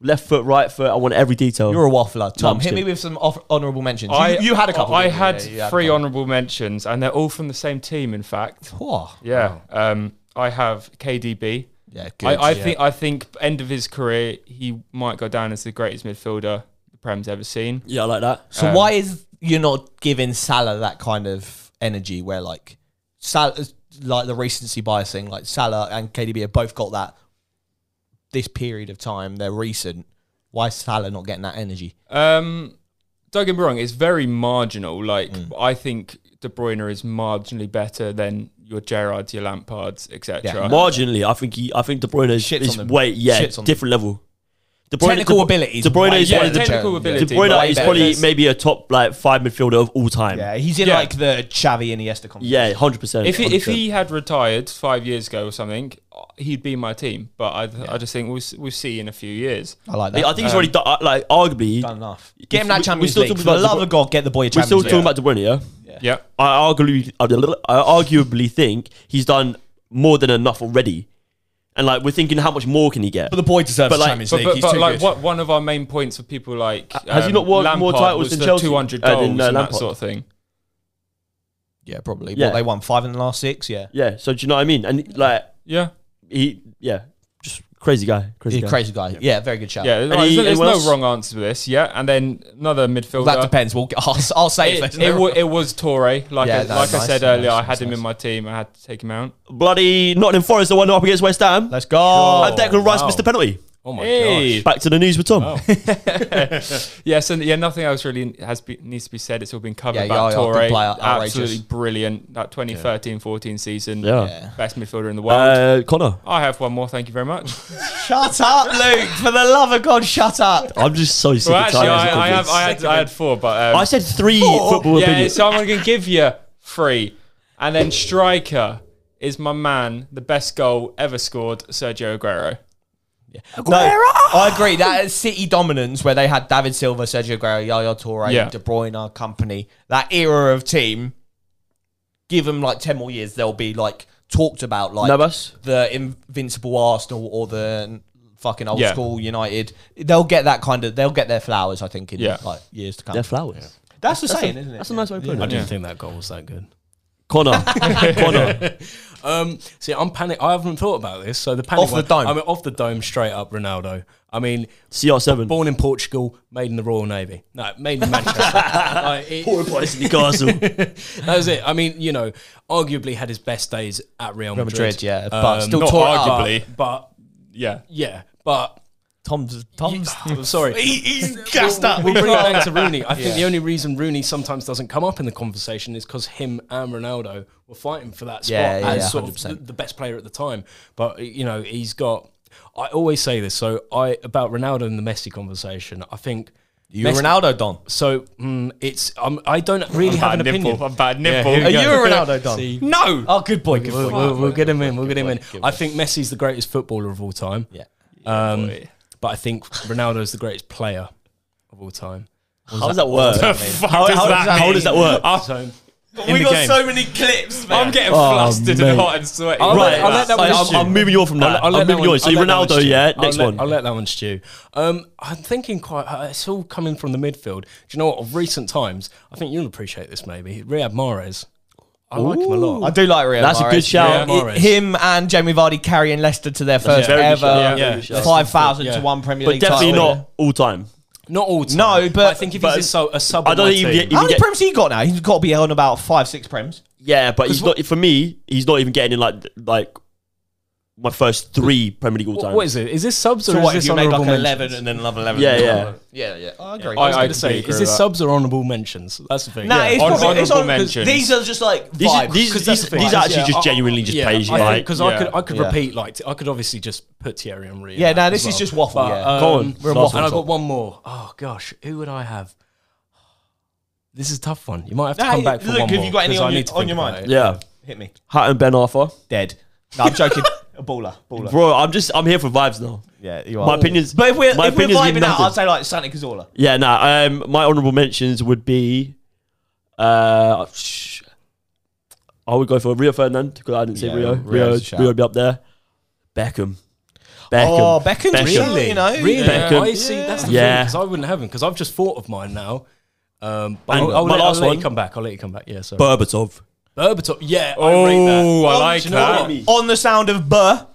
A: left foot, right foot. I want every detail.
B: You're a waffler,
A: I'm
B: Tom. hit
A: just
B: me
A: kidding.
B: with some off- honourable mentions. You-
C: I-
B: you, had a couple.
C: I
B: didn't you?
C: had
B: Yeah, you a
C: three
B: couple.
C: honourable mentions, and they're all from the same team. In
A: Oh,
C: fact,
B: Whoa.
C: yeah. Um, I have KDB.
B: Yeah, good.
C: I, I think I think end of his career, he might go down as the greatest midfielder the Prem's ever seen.
A: yeah, I like that.
B: So why is you're not giving Salah that kind of energy where like Salah, like the recency bias thing, like Salah and KDB have both got that this period of time. They're recent. Why is Salah not getting that energy?
C: Um, don't get me wrong, it's very marginal. Like
A: Mm.
C: I think De Bruyne is marginally better than your Gerrards, your Lampards,
B: Yeah.
C: etc.
A: Marginally, I think he. I think De Bruyne is,
B: Shits
A: is
B: on them.
A: way yeah
B: Shits on them.
A: different level. De Bruyne,
B: Technical
A: De, Bru-
B: ability.
A: De Bruyne is
B: way
A: one of the
B: better.
C: technical ability.
A: De Bruyne
C: Way
A: is
C: better.
A: probably
C: There's-
A: maybe a top like five midfielder of all time.
B: Yeah, he's in
C: Yeah.
B: like the Chavi Iniesta competition.
A: Yeah, hundred percent.
C: If he, if he had retired five years ago or something, he'd be my team. But I, I just think we'll s- we'll see in a few years.
B: I like
A: I
B: that.
A: think he's already done, uh, like arguably.
B: Um, done enough.
A: Get
B: Get
A: him
B: him
A: that
B: that
A: We- Champions
B: Champions
A: we still League.
B: League.
A: talking
B: For the
A: about De
B: love
A: Bru-
B: of God, get the boy a
A: We're
B: Champions
A: still
B: League.
A: talking about De Bruyne. Yeah,
C: Yeah.
A: I arguably, I arguably think he's done more than enough already, and like we're thinking, how much more can he get?
B: But the boy deserves
A: But, like-
B: Champions
C: But,
B: League.
C: but,
B: he's
C: but
B: too
C: like
B: good.
C: what one of our main points for people like um,
A: Has he not won more
C: Lampard
A: titles
C: was
A: than
C: the
A: Chelsea?
C: 200
A: Uh, than,
C: goals
A: uh,
C: and that
A: Lampard.
C: sort of thing.
B: Yeah, probably.
A: Yeah.
B: What, they won five in the last six. Yeah.
A: yeah, so do you know what I mean? And like
C: Yeah,
A: he, yeah, just Crazy guy. Crazy
B: He's
A: guy.
B: a crazy guy. Yeah, very good shout.
C: Yeah, there's,
A: Any-
C: there's
A: anyone
C: no
A: else?
C: wrong answer to this. Yeah, and then another midfielder.
B: That depends. We'll get, I'll, I'll say
C: It, it, wa- it was Torre. Like,
B: Yeah,
C: I,
B: no,
C: like I
B: nice, nice,
C: said earlier, I
B: nice, Oh,
C: had him
B: nice.
C: in my team. I had to take him out.
A: Bloody Nottingham Forest, the one up against West Ham. Uh,
B: Let's go.
A: and Declan Rice
D: wow.
A: missed the penalty.
D: Oh my
C: Hey.
D: gosh.
A: Back to the news with Tom.
C: Yeah, so yeah, nothing else really has be, needs to be said. It's all been covered
B: Yeah,
C: about
B: yeah, yeah, good
C: Torre.
B: player, outrageous.
C: Absolutely brilliant. That 2013-14 season.
A: Yeah.
C: Best midfielder in the world.
A: Uh, Connor,
C: I have one more. Thank you very much.
B: Shut up, Luke. For the love of God, shut up.
A: I'm just so sick
C: well,
A: of
C: actually,
A: Tyler's
C: I, I, have,
A: confidence.
C: I, had, I had four, but um,
A: I said three football
C: yeah,
A: opinions.
C: so I'm going to give you three. And then striker is my man, the best goal ever scored, Sergio Aguero.
B: No, I agree. That is City dominance where they had David Silva, Sergio Aguero, Yaya Toure,
C: Yeah.
B: De Bruyne, our company. That era of team. Give them like ten more years, they'll be like talked about like
A: Navas?
B: the invincible Arsenal or the fucking old
C: Yeah.
B: school United. They'll get that kind of. They'll get their flowers, I think, in
C: Yeah.
B: like years to come.
A: They're flowers.
B: That's the saying, isn't it?
A: That's a nice way of putting
D: I
A: it.
D: didn't
C: Yeah.
D: think that goal was that good. [LAUGHS]
A: Connor, Connor,
D: Um, see, I'm panic. I haven't thought about this. So the panic
B: Off the
D: one-
B: dome.
D: I mean, off the dome, straight up Ronaldo. I mean,
A: CR7.
D: born in Portugal, made in the Royal Navy. No, made
B: [LAUGHS]
D: in Manchester. Like, it-
A: Boys in Newcastle.
D: that was it. I mean, you know, arguably had his best days at Real Madrid. Um,
B: Madrid, yeah, but still
C: not
B: tore it up.
C: arguably.
D: But
C: Yeah.
D: yeah, but
B: Tom's Tom's [LAUGHS]
D: I'm sorry.
B: he, he's gassed up.
D: We'll bring it back to Rooney. I think the only reason Rooney sometimes doesn't come up in the conversation is because him and Ronaldo were fighting for that spot
B: Yeah, yeah,
D: as
B: yeah,
D: sort of
B: 100%.
D: the, the best player at the time. But you know, he's got. I always say this. So I about Ronaldo and the Messi conversation. I think
B: You
D: Messi-
B: Ronaldo Don.
D: So mm, it's um, I don't really have
C: Bad
D: an opinion.
C: nipple. I'm bad nipple.
B: Are you a
D: [LAUGHS]
B: Ronaldo Don?
C: no.
B: Oh, good boy. Good
D: We'll,
B: boy.
D: we'll, we'll get him in. We'll get him in. I think Messi's the greatest footballer of all time.
B: Yeah.
D: Um,
C: boy.
D: but I think Ronaldo's the greatest player of all time.
A: How does that work? [LAUGHS]
C: Fuck
A: How,
C: does
A: how-
C: that
A: how
C: mean?
A: does that work?
D: So
B: We
D: the
B: got
D: game.
B: so many clips, man.
C: I'm getting flustered and hot and
A: Right,
C: sweaty.
D: I'll let that one
A: I'm,
D: stew.
A: I'm moving you on from that. i
D: I'll let
A: am
D: that
A: moving
D: one-
A: you on. So
D: I'll let that
A: Ronaldo,
D: one stew.
A: yeah.
D: I'll
A: Next
D: let-
A: one.
D: I'll let that one stew. Um, I'm thinking quite. Uh, it's all coming from the midfield. Do you know what? Of recent times, I think you'll appreciate this. Maybe Riyad Mahrez. I like him a lot.
B: I do like Riyad
A: That's a
B: Mahrez.
A: good shout.
D: Riyad
B: It-
D: Mahrez.
B: Him and Jamie Vardy carrying Leicester to their first
A: very good
B: ever
A: shout. Yeah,
C: very
A: good shout.
B: 5,000
D: Yeah.
B: to one Premier
A: But
B: League
A: definitely
B: title.
A: not all time.
D: Not all time.
B: No, but-
D: I think if
A: but-
D: he's a, so, a sub,
A: I
D: on
A: don't
D: my
A: even
D: team-
A: get-
B: How many
A: Even
B: prems he got now? He's got to be on about five, six prems.
A: Yeah, but he's not. For me, he's not even getting in like like my first three Premier League all
D: What-
A: time.
D: what is it? Is this subs or
B: So what, if
D: is this
B: you made
D: honourable
B: like
D: mentions?
B: 11 and then another 11?
A: Yeah, yeah.
B: Yeah, yeah. I agree.
C: I-
D: I was
C: I
D: going
C: completely
D: to say, is
C: agree
D: this
C: with
D: subs or honourable mentions? That's the thing.
B: Nah, it's
C: On-
B: probably, it's
C: honourable
B: on, 'cause
C: mentions.
B: these are just like
A: These, are-
B: vibes.
A: these, these,
D: Because that's the thing,
A: these are actually
D: yeah,
A: just
D: I-
A: genuinely just page like.
D: because I
C: Yeah.
D: could I could
B: Yeah.
D: repeat like t- I could obviously just put Thierry and Henry. in
B: Yeah,
D: that
B: no,
D: as
B: this is
D: well.
B: just waffle.
D: But,
B: yeah.
D: um,
A: Go on,
D: and
A: we're on waffle.
D: I got one more. Oh gosh, who would I have? This is a tough one. You might have to
B: Nah,
D: come back for
B: look,
D: one
B: have
D: more,
B: you got any
D: 'cause I
B: on your-
D: need to
B: on
D: think
B: your
D: about
B: mind?
D: it.
A: yeah,
B: Hit me.
A: Hatton Ben Arthur,
B: Dead. No,
A: [LAUGHS]
B: I'm joking. a baller. Baller.
A: bro. I'm just I'm here for vibes now.
B: Yeah, you
A: My opinions.
B: Oh. But if we're,
A: my
B: if we're
A: opinions mean
B: vibing out,
A: nothing.
B: I'd say like Santa Cazorla.
A: Yeah, nah. Um, my honourable mentions would be, uh, sh- I would go for Rio Ferdinand because I didn't say
B: Yeah,
A: Rio.
B: Rio's
A: Rio,
B: a
A: Rio
B: shout.
A: would be up there. Beckham, Beckham.
B: Oh, Beckham's really, you know.
D: Really?
A: Beckham.
D: I see. That's the
A: Yeah.
D: thing because I wouldn't have him because I've just thought of mine now. Um, but
A: And
D: I'll, I'll
A: my
D: let,
A: last
D: I'll let
A: one-
D: you come back. I'll let you come back. Yeah. So
A: Berbatov.
D: Berbatov. Yeah. I rate that.
C: Oh, I
B: Oh,
C: like
B: do you know
C: that.
B: what? On the sound of Burr,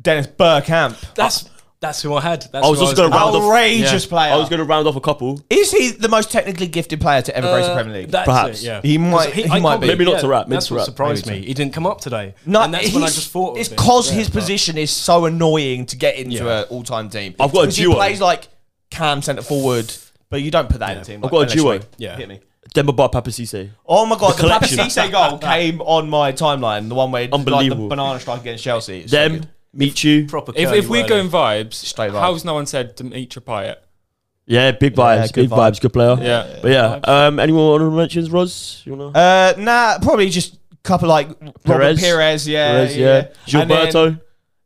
B: Dennis Burkamp.
D: That's that's who I had. That's
A: I was
D: who
A: just gonna
D: thinking.
A: round off-
B: Outrageous
D: Yeah.
B: player.
A: I was going to round off a couple.
B: Is he the most technically gifted player to ever go
D: Uh,
B: to the Premier League?
D: That's
A: Perhaps.
D: it, yeah.
B: He might-
D: 'Cause
B: he
D: I
B: might
D: can't
B: be.
D: believe-
A: Maybe not
D: yeah,
A: to rap, maybe
D: That's
A: to
D: what
A: rap.
D: surprised me. He didn't come up today.
B: No,
D: and that's when I
B: he's-
D: just thought. of
B: It's
D: it.
B: because
D: Yeah,
B: his
D: but-
B: position is so annoying to get into
D: Yeah.
B: an all-time team.
A: I've got a
B: 'Cause
A: duo.
B: He plays like Cam centre forward, but you don't put that in a team.
A: I've
B: like,
A: got a
B: unless
A: duo.
B: you-
D: Yeah.
B: Hit me.
A: Demba Ba Papasise.
B: Oh my god,
A: The
B: the,
A: collection.
B: Papacisse
D: [LAUGHS]
B: goal came on my timeline. The one where like, the
A: Unbelievable.
B: banana strike against Chelsea. It's so
A: Them,
B: good.
A: Michu.
D: Proper
C: If,
D: curly
C: if we're
D: whirly.
C: going vibes,
B: Straight vibe.
C: how's no one said Dimitra Payet?
A: Yeah, big vibes,
B: good
A: big
B: vibe.
A: vibes, good player.
C: Yeah.
A: But yeah, um, anyone honourable mentions, Roz? You wanna?
B: Uh, nah, probably just a couple like Robert
A: Perez.
B: Perez, yeah,
A: Perez, yeah.
B: And then
A: Gilberto.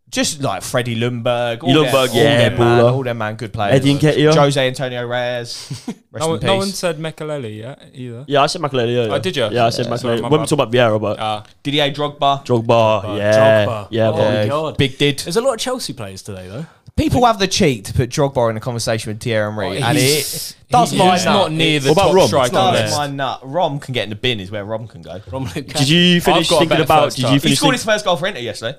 B: just like Freddie Lundberg, all
A: Lundberg,
B: them,
A: yeah,
B: all them man,
A: baller.
B: all them man, good players.
A: Eddie Nketiah.
B: Jose Antonio [LAUGHS] Reyes, rest
C: No,
B: in
C: one-
B: peace.
C: no one said Mekaleli yet either.
A: Yeah, I said McAlealy earlier.
C: Oh, did you?
A: Yeah, I said
C: Yeah, sorry,
A: McAlealy.
C: my
A: When we
C: bad.
A: talk about Vieira, but
C: Ah,
B: Didier Drogba,
A: Drogba, yeah,
D: Drogba.
A: yeah,
D: Oh,
A: probably.
D: my
B: uh,
D: God.
B: big did.
D: There's a lot of Chelsea players today, though.
B: People have the cheek to put Drogba in a conversation with Thierry Henry, and it does
D: he's
B: my
D: not
B: nut.
C: near
B: It
C: the
A: What about
C: top
A: Rom?
C: striker
A: Not
B: does
C: list.
B: my nut. Rom can get in the bin is where Rom can go.
D: Romelu Lukaku.
A: Did you finish
C: got a
A: thinking
C: better
A: about?
C: first
A: Did you
C: touch.
B: He
A: finish?
B: scored
A: Think,
B: his first goal for Inter yesterday.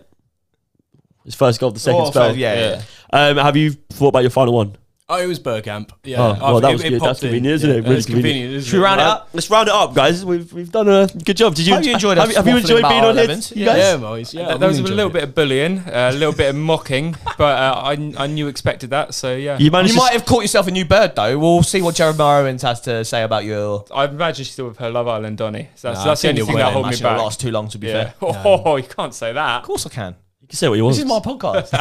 A: His first goal of the second
B: Or-
A: spell.
B: Oh, yeah, yeah. yeah.
A: Um, have you thought about your final one?
D: Oh, it was Bergkamp. Yeah.
A: Oh, well, that
D: it-
A: was
D: it
A: good.
D: popped
A: That's
D: in.
A: convenient, isn't it?
D: Yeah,
A: Really
D: it's
A: convenient.
D: convenient, isn't
B: Should we
D: it?
B: round it
A: Uh,
B: up?
A: Let's round it up, guys. We've we've done a good job. Did you?
B: Hope you enjoyed
A: have,
B: us
A: you- have you
B: waffling
A: enjoyed
B: about
A: being
B: our
A: on here,
B: elevens.
A: you guys?
D: Yeah, Moise. Yeah,
C: Th-
D: I
C: there was a
D: really
C: little
D: enjoyed
C: bit of bullying, a little bit of mocking, but uh, I I knew expected that. So yeah,
A: You managed
B: You
A: to
B: might have caught yourself a new bird, though. We'll see what Jeremiah Owens has to say about your.
C: I imagine she's still with her Love Island Donny. So that's,
D: Nah,
C: that's the
D: I
C: only
D: think
C: thing
D: you're
C: that
D: winning.
C: hold me
B: Actually, it'll
C: back.
B: last too long, to be
C: Yeah.
B: fair.
C: [LAUGHS] Oh, you can't say that.
B: Of course, I can.
A: you can say what you want.
B: This is my podcast.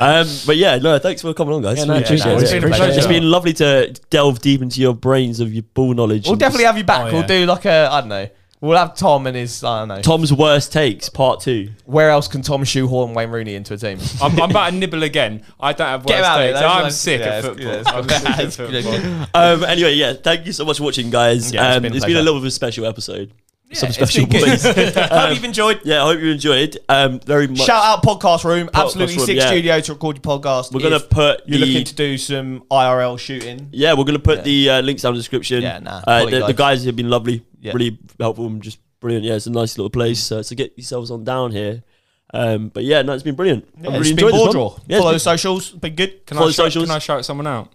A: [LAUGHS] um, but yeah, no, thanks for coming on, guys.
D: Yeah, no,
A: Really
D: cheers,
A: appreciate it.
D: guys. It's been a
C: pleasure.
A: It's been lovely to delve deep into your brains of your ball knowledge.
B: we'll
A: and
B: definitely have you back.
D: Oh,
B: We'll
D: yeah.
B: do like a I don't know. We'll have Tom and his I don't know.
A: Tom's worst takes, part two.
B: Where else can Tom shoehorn Wayne Rooney into
A: [LAUGHS]
B: a team?
C: I'm, I'm about to nibble again. I don't have
B: Get
C: words
B: him out of
C: to
B: it.
C: it.
B: That's
C: I'm
B: nice.
C: sick
B: Yeah,
C: of
B: it's- yeah,
C: football.
B: it's-
C: I'm sick of
B: it's good.
C: football.
A: Um, anyway, yeah, thank you so much for watching, guys.
B: Yeah, it's
A: um,
B: been a
A: it's been a
B: pleasure.
A: little bit of a special episode. Some special [LAUGHS]
B: been
A: boys.
B: good. Hope you've enjoyed.
A: yeah, I hope you enjoyed. Um, very much.
B: Um, Shout out Podcast Room, absolutely
A: Room,
B: sick
A: yeah.
B: studio to record your podcast.
A: We're gonna
B: if
A: put
B: you're
A: the-
B: looking to do some IRL shooting.
A: Yeah, we're gonna put the uh, links down in the description.
B: Yeah, nah,
A: Uh,
B: quality
A: the, the
B: guys.
A: guys have been lovely,
B: Yeah.
A: really helpful, and just brilliant. Yeah, it's a nice little place. So, so get yourselves on down here. Um, but yeah, no, it's been brilliant. I've really
B: it's been
A: enjoyed this
B: ball
A: one.
B: draw.
A: Yeah,
B: Follow the
A: it's been-
B: socials. Been good.
C: Can
A: Follow
C: I, shout,
A: socials.
C: can I shout someone out?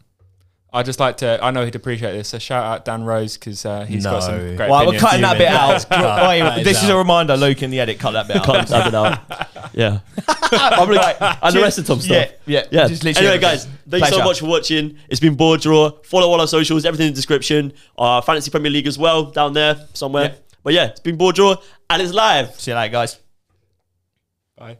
C: I just like to. I know he'd appreciate this. So shout out Dan Rose because uh, he's got some
D: No.
C: great.
B: Well, we're
C: opinions.
B: cutting that bit
D: Human.
A: [LAUGHS]
B: out.
D: Cut
B: Wait,
D: that
B: this
D: is
B: is a
D: out.
B: reminder, Luke, in the edit. Cut that bit [LAUGHS] out.
A: Can't have it out.
B: [LAUGHS]
A: Yeah, I'm gonna- and the rest of Tom's
B: Yeah,
A: stuff.
B: yeah.
A: Yeah.
B: Just literally
A: anyway,
B: everything.
A: guys, thank you so
B: Pleasure.
A: much for watching. It's been Board Draw. Follow all our socials, everything in the description. Our Fantasy Premier League as well, down there somewhere.
B: Yeah.
A: But yeah, it's been Board Draw and it's live.
B: See you later, guys.
C: Bye.